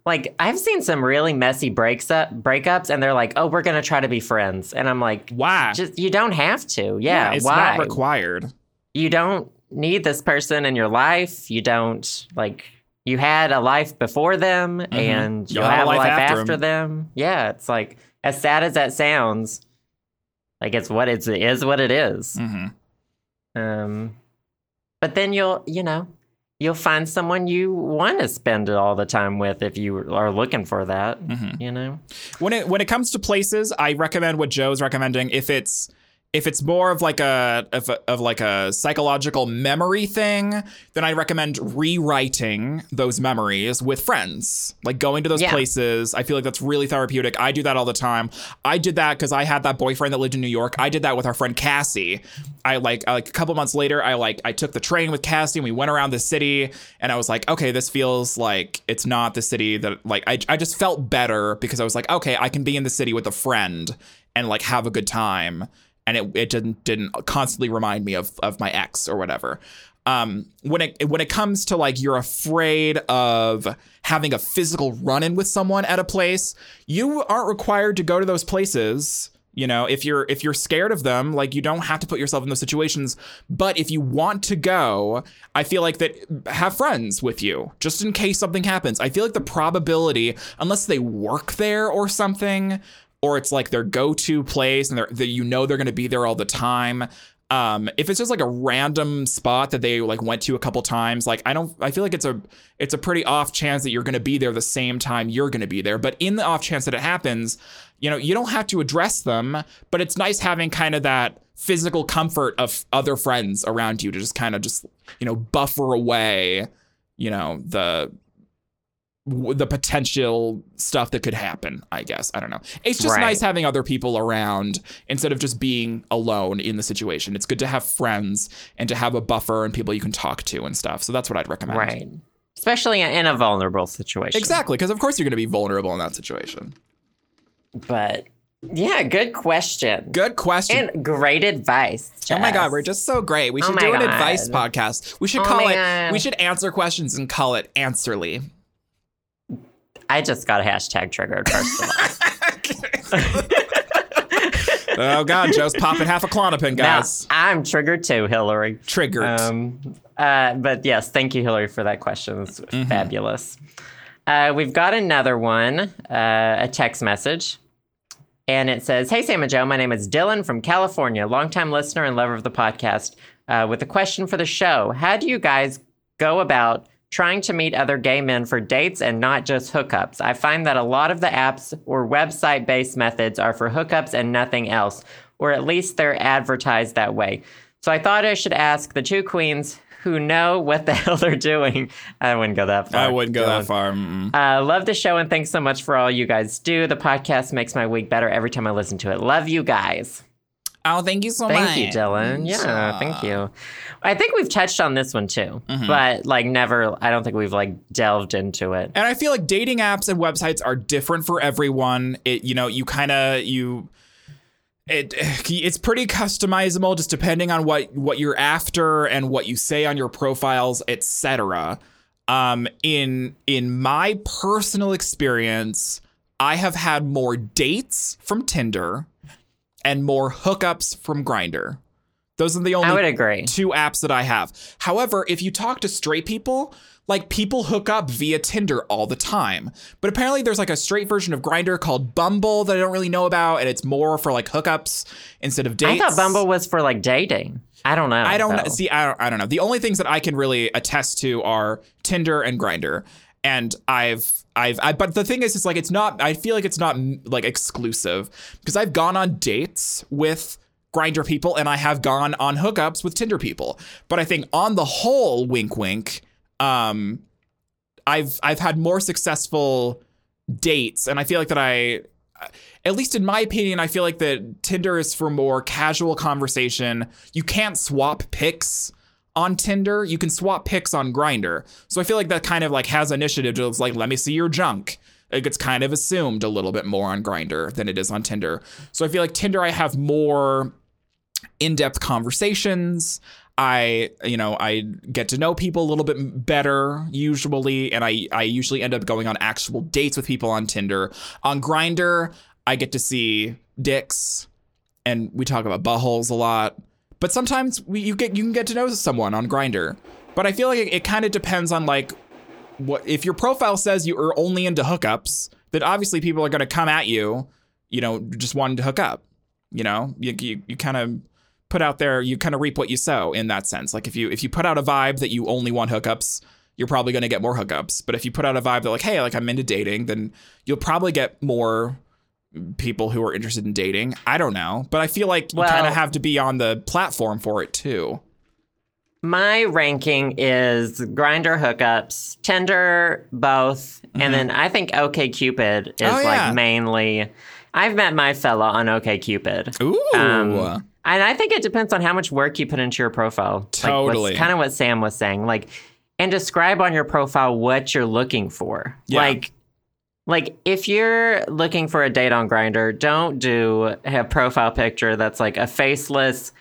S1: like, I've seen some really messy breaks up breakups, and they're like, "Oh, we're gonna try to be friends," and I'm like,
S2: Why?
S1: "Just you don't have to. Yeah,
S2: it's
S1: why?
S2: not required.
S1: you don't need this person in your life. You don't like." You had a life before them,
S2: Mm-hmm.
S1: and
S2: You'll
S1: you'll have, a life after, them. Yeah, it's like as sad as that sounds, like it's what it's, it is what it is.
S2: hmm
S1: Um, but then you'll, you know, you'll find someone you want to spend all the time with if you are looking for that.
S2: hmm
S1: You know,
S2: When it when it comes to places, I recommend what Joe's recommending. If it's if it's more of like a of, a- of like a psychological memory thing, then I recommend rewriting those memories with friends. Like going to those
S1: Yeah.
S2: places, I feel like that's really therapeutic. I do that all the time. I did that because I had that boyfriend that lived in New York. I did that with our friend Cassie. I like I, like a couple months later, I like I took the train with Cassie and we went around the city, and I was like, okay, this feels like it's not the city that like I I just felt better because I was like, okay, I can be in the city with a friend and like have a good time and it it didn't didn't constantly remind me of of my ex or whatever. Um, when it when it comes to like you're afraid of having a physical run in with someone at a place, you aren't required to go to those places. You know, if you're if you're scared of them, like you don't have to put yourself in those situations. But if you want to go, I feel like that have friends with you just in case something happens. I feel like the probability, unless they work there or something, or it's like their go-to place and they're, they, you know they're going to be there all the time. Um, if it's just like a random spot that they like went to a couple times, like I don't, I feel like it's a it's a pretty off chance that you're going to be there the same time you're going to be there. But in the off chance that it happens, you know, you don't have to address them, but it's nice having kind of that physical comfort of other friends around you to just kind of just you know buffer away, you know, the the potential stuff that could happen, I guess. I don't know. It's just
S1: Right.
S2: nice having other people around instead of just being alone in the situation. It's good to have friends and to have a buffer and people you can talk to and stuff. So that's what I'd recommend.
S1: Right. Especially in a vulnerable situation.
S2: Exactly. Because, of course, you're going to be vulnerable in that situation.
S1: But yeah, good question.
S2: Good question.
S1: And great advice.
S2: Oh my god,
S1: Jess.
S2: we're just so great. We
S1: Oh
S2: should
S1: my
S2: do an
S1: God.
S2: advice podcast. We should
S1: Oh
S2: call
S1: my
S2: it
S1: God.
S2: we should answer questions and call it Answerly.
S1: I just got hashtag triggered first
S2: *laughs*
S1: of all.
S2: oh god, Joe's popping half
S1: *laughs*
S2: a clonopin,
S1: now,
S2: guys.
S1: I'm triggered too, Hillary.
S2: Triggered.
S1: Um, uh, but yes, thank you, Hillary, for that question. It's
S2: Mm-hmm.
S1: fabulous. Uh, we've got another one, uh, a text message. And it says, Hey, Sam and Joe, my name is Dylan from California, longtime listener and lover of the podcast, uh, with a question for the show. How do you guys go about trying to meet other gay men for dates and not just hookups? I find that a lot of the apps or website based methods are for hookups and nothing else, or at least they're advertised that way. So I thought I should ask the two queens who know what the *laughs* hell they're doing. I wouldn't go that far.
S2: I wouldn't go
S1: Dylan.
S2: that far. Mm-mm.
S1: Uh, love the show and thanks so much for all you guys do. The podcast makes my week better every time I listen to it. Love you guys.
S2: Oh, thank you so
S1: Thank
S2: much.
S1: you, Dylan. Yeah, thank you. I think we've touched on this one too,
S2: Mm-hmm.
S1: but like never. I don't think we've like delved into it.
S2: And I feel like dating apps and websites are different for everyone. It you know, you kind of you it it's pretty customizable just depending on what what you're after and what you say on your profiles, etc. Um in in my personal experience, I have had more dates from Tinder and more hookups from Grinder. Those are the only
S1: I would agree.
S2: two apps that I have. However, if you talk to straight people, like people hook up via Tinder all the time. But apparently there's like a straight version of Grinder called Bumble that I don't really know about and it's more for like hookups instead of
S1: I
S2: dates.
S1: thought Bumble was for like dating. I don't know.
S2: I don't
S1: though.
S2: see I don't, I don't know. The only things that I can really attest to are Tinder and Grinder. And I've I've I, but the thing is it's like it's not I feel like it's not like exclusive because I've gone on dates with grinder people and I have gone on hookups with Tinder people. But I think on the whole wink wink um I've I've had more successful dates, and I feel like that I, at least in my opinion, I feel like that Tinder is for more casual conversation. You can't swap pics on Tinder. You can swap pics on Grinder. So I feel like that kind of like has initiative to like let me see your junk. Like it's kind of assumed a little bit more on Grinder than it is on Tinder. So I feel like Tinder I have more in-depth conversations i you know i get to know people a little bit better usually and i i usually end up going on actual dates with people on tinder on grinder i get to see dicks and we talk about buttholes a lot but sometimes we, you get you can get to know someone on grinder but i feel like it, it kind of depends on like what if your profile says you are only into hookups then obviously people are going to come at you you know just wanting to hook up you know you, you, you kind of put out there you kind of reap what you sow in that sense like if you if you put out a vibe that you only want hookups you're probably going to get more hookups but if you put out a vibe that like hey like i'm into dating then you'll probably get more people who are interested in dating i don't know but i feel like you
S1: Well-
S2: kind of have to be on the platform for it too
S1: My ranking is Grinder hookups, Tinder both, and then I think OKCupid is
S2: Mm-hmm. Oh, yeah.
S1: like mainly. I've met my fella on OKCupid.
S2: ooh
S1: Um, and I think it depends on how much work you put into your profile.
S2: Totally.
S1: kind of what Sam was saying. Like, and describe on your profile what you're looking for.
S2: Yeah.
S1: Like, Like if you're looking for a date on Grinder, don't do a profile picture that's like a faceless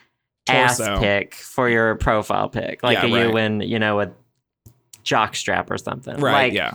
S2: Torso.
S1: ass pic for your profile pic, like
S2: Yeah,
S1: a you
S2: right.
S1: in you know a jockstrap or something.
S2: Right.
S1: Like,
S2: yeah.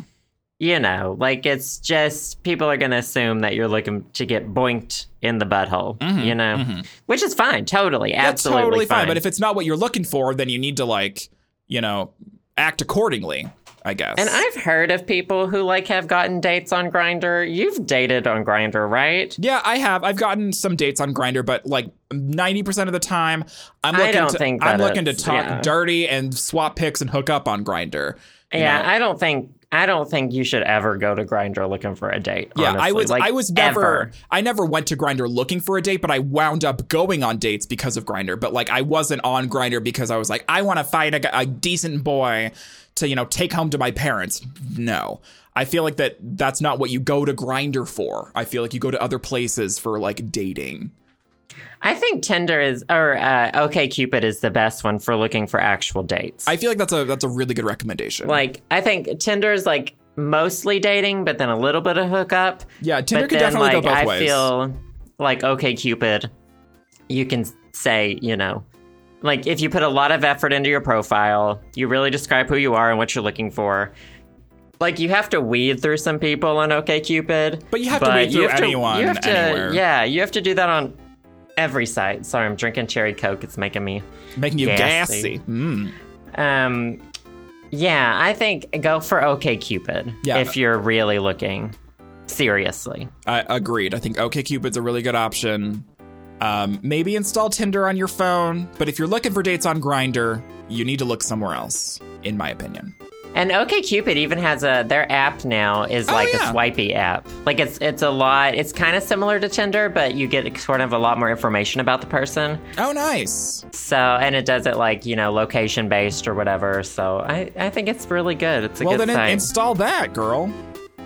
S1: You know, like it's just people are gonna assume that you're looking to get boinked in the butthole.
S2: Mhm,
S1: you know,
S2: mhm.
S1: which is fine, totally,
S2: That's
S1: absolutely
S2: totally fine.
S1: fine.
S2: But if it's not what you're looking for, then you need to like, you know, act accordingly. I guess.
S1: And I've heard of people who like have gotten dates on Grinder. You've dated on Grinder, right?
S2: Yeah, I have. I've gotten some dates on Grinder, but like ninety percent of the time, I'm
S1: I
S2: looking
S1: don't
S2: to
S1: think
S2: I'm
S1: that
S2: looking to
S1: it's-
S2: talk
S1: yeah.
S2: dirty and swap pics and hook up on Grinder.
S1: Yeah, I don't think I don't think you should ever go to Grinder looking for a date.
S2: Yeah, I
S1: honestly.
S2: was
S1: Like,
S2: I was never
S1: ever.
S2: I never went to Grinder looking for a date, but I wound up going on dates because of Grinder. But like I wasn't on Grinder because I was like I want to find a, gu- a decent boy to you know take home to my parents. No. I feel like that that's not what you go to Grinder for. I feel like you go to other places for like dating.
S1: I think Tinder is or uh, OK Cupid is the best one for looking for actual dates.
S2: I feel like that's a that's a really good recommendation.
S1: like I think Tinder is like mostly dating, but then a little bit of hookup.
S2: Yeah, Tinder
S1: but
S2: could
S1: then
S2: definitely
S1: like
S2: go both
S1: I
S2: ways.
S1: feel like OK Cupid, you can say you know. Like if you put a lot of effort into your profile, you really describe who you are and what you're looking for. Like you have to weed through some people on OkCupid,
S2: But you have to weed through anyone,
S1: you have to,
S2: anywhere.
S1: Yeah, you have to do that on every site. Sorry, I'm drinking cherry coke. It's making me.
S2: Making you
S1: Gassy.
S2: gassy. Mm.
S1: Um, yeah, I think go for OkCupid
S2: Yeah.
S1: if you're really looking seriously.
S2: I agreed. I think OkCupid's a really good option. Um, maybe install Tinder on your phone, but if you're looking for dates on Grinder, you need to look somewhere else, in my opinion.
S1: And OkCupid even has a their app now is
S2: Oh,
S1: like
S2: yeah.
S1: a swipey app. Like it's it's a lot. It's kind of similar to Tinder, but you get sort of a lot more information about the person.
S2: Oh, nice.
S1: So and it does it like you know location based or whatever. So I I think it's really good. It's a
S2: well,
S1: good
S2: then in-
S1: site.
S2: install that, girl.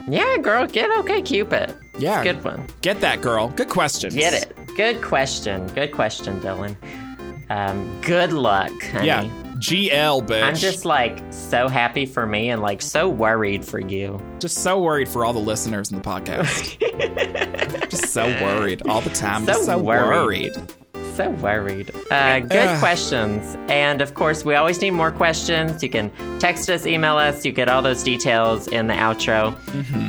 S1: yeah, girl, get OkCupid.
S2: Yeah.
S1: it's a good one.
S2: Get that, girl. Good questions.
S1: Get it. Good question. Good question, Dylan. Um, good luck. Honey.
S2: Yeah. GL, bitch.
S1: I'm just like so happy for me and like so worried for you.
S2: just so worried for all the listeners in the podcast.
S1: *laughs*
S2: just so worried all the time.
S1: So
S2: just so
S1: worried.
S2: worried.
S1: So worried. Uh, good
S2: Ugh.
S1: questions. And of course, we always need more questions. You can text us, email us. You get all those details in the outro.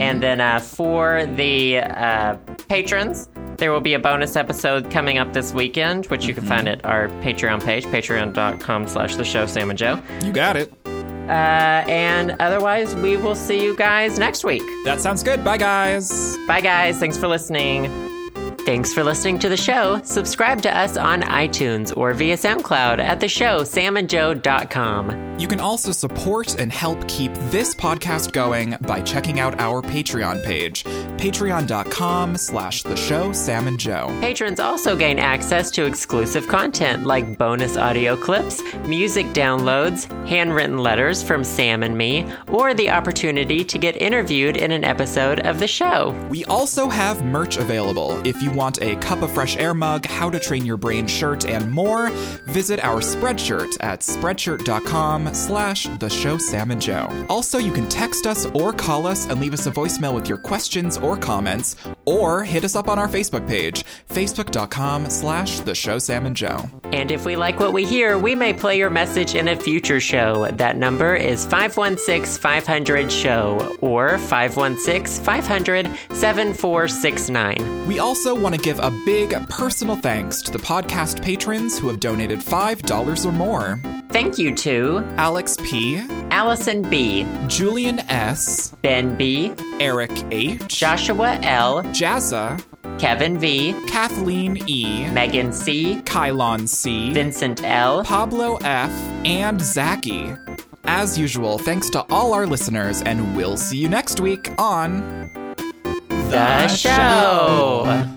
S1: And then uh, for the uh, patrons, there will be a bonus episode coming up this weekend, which you can find at our Patreon page, patreon.com slash the show Sam and Joe.
S2: You got it.
S1: Uh, and otherwise, we will see you guys next week.
S2: That sounds good. Bye, guys.
S1: Bye, guys. Thanks for listening. Thanks for listening to the show. Subscribe to us on iTunes or via SoundCloud at the show samandjoe.com.
S2: You can also support and help keep this podcast going by checking out our Patreon page, patreon.com slash the show Sam and Joe.
S1: Patrons also gain access to exclusive content like bonus audio clips, music downloads, handwritten letters from Sam and me, or the opportunity to get interviewed in an episode of the show.
S2: We also have merch available. If you want a cup of fresh air mug, how to train your brain shirt, and more, visit our spreadshirt at spreadshirt.com slash the show Sam and Joe. Also, you can text us or call us and leave us a voicemail with your questions or comments, or hit us up on our Facebook page, facebook.com slash the show Sam and Joe.
S1: And if we like what we hear, we may play your message in a future show. That number is 516 500 SHOW or 516 500 7469.
S2: We also want to give a big personal thanks to the podcast patrons who have donated $5 or more
S1: Thank you to
S2: Alex P.,
S1: Allison B.,
S2: Julian S.,
S1: Ben B.,
S2: Eric H.,
S1: Joshua L.,
S2: Jazza,
S1: Kevin V.,
S2: Kathleen E.,
S1: Megan C.,
S2: Kylon C.,
S1: Vincent L.,
S2: Pablo F., and Zaki. As usual, thanks to all our listeners, and we'll see you next week on
S1: The Show.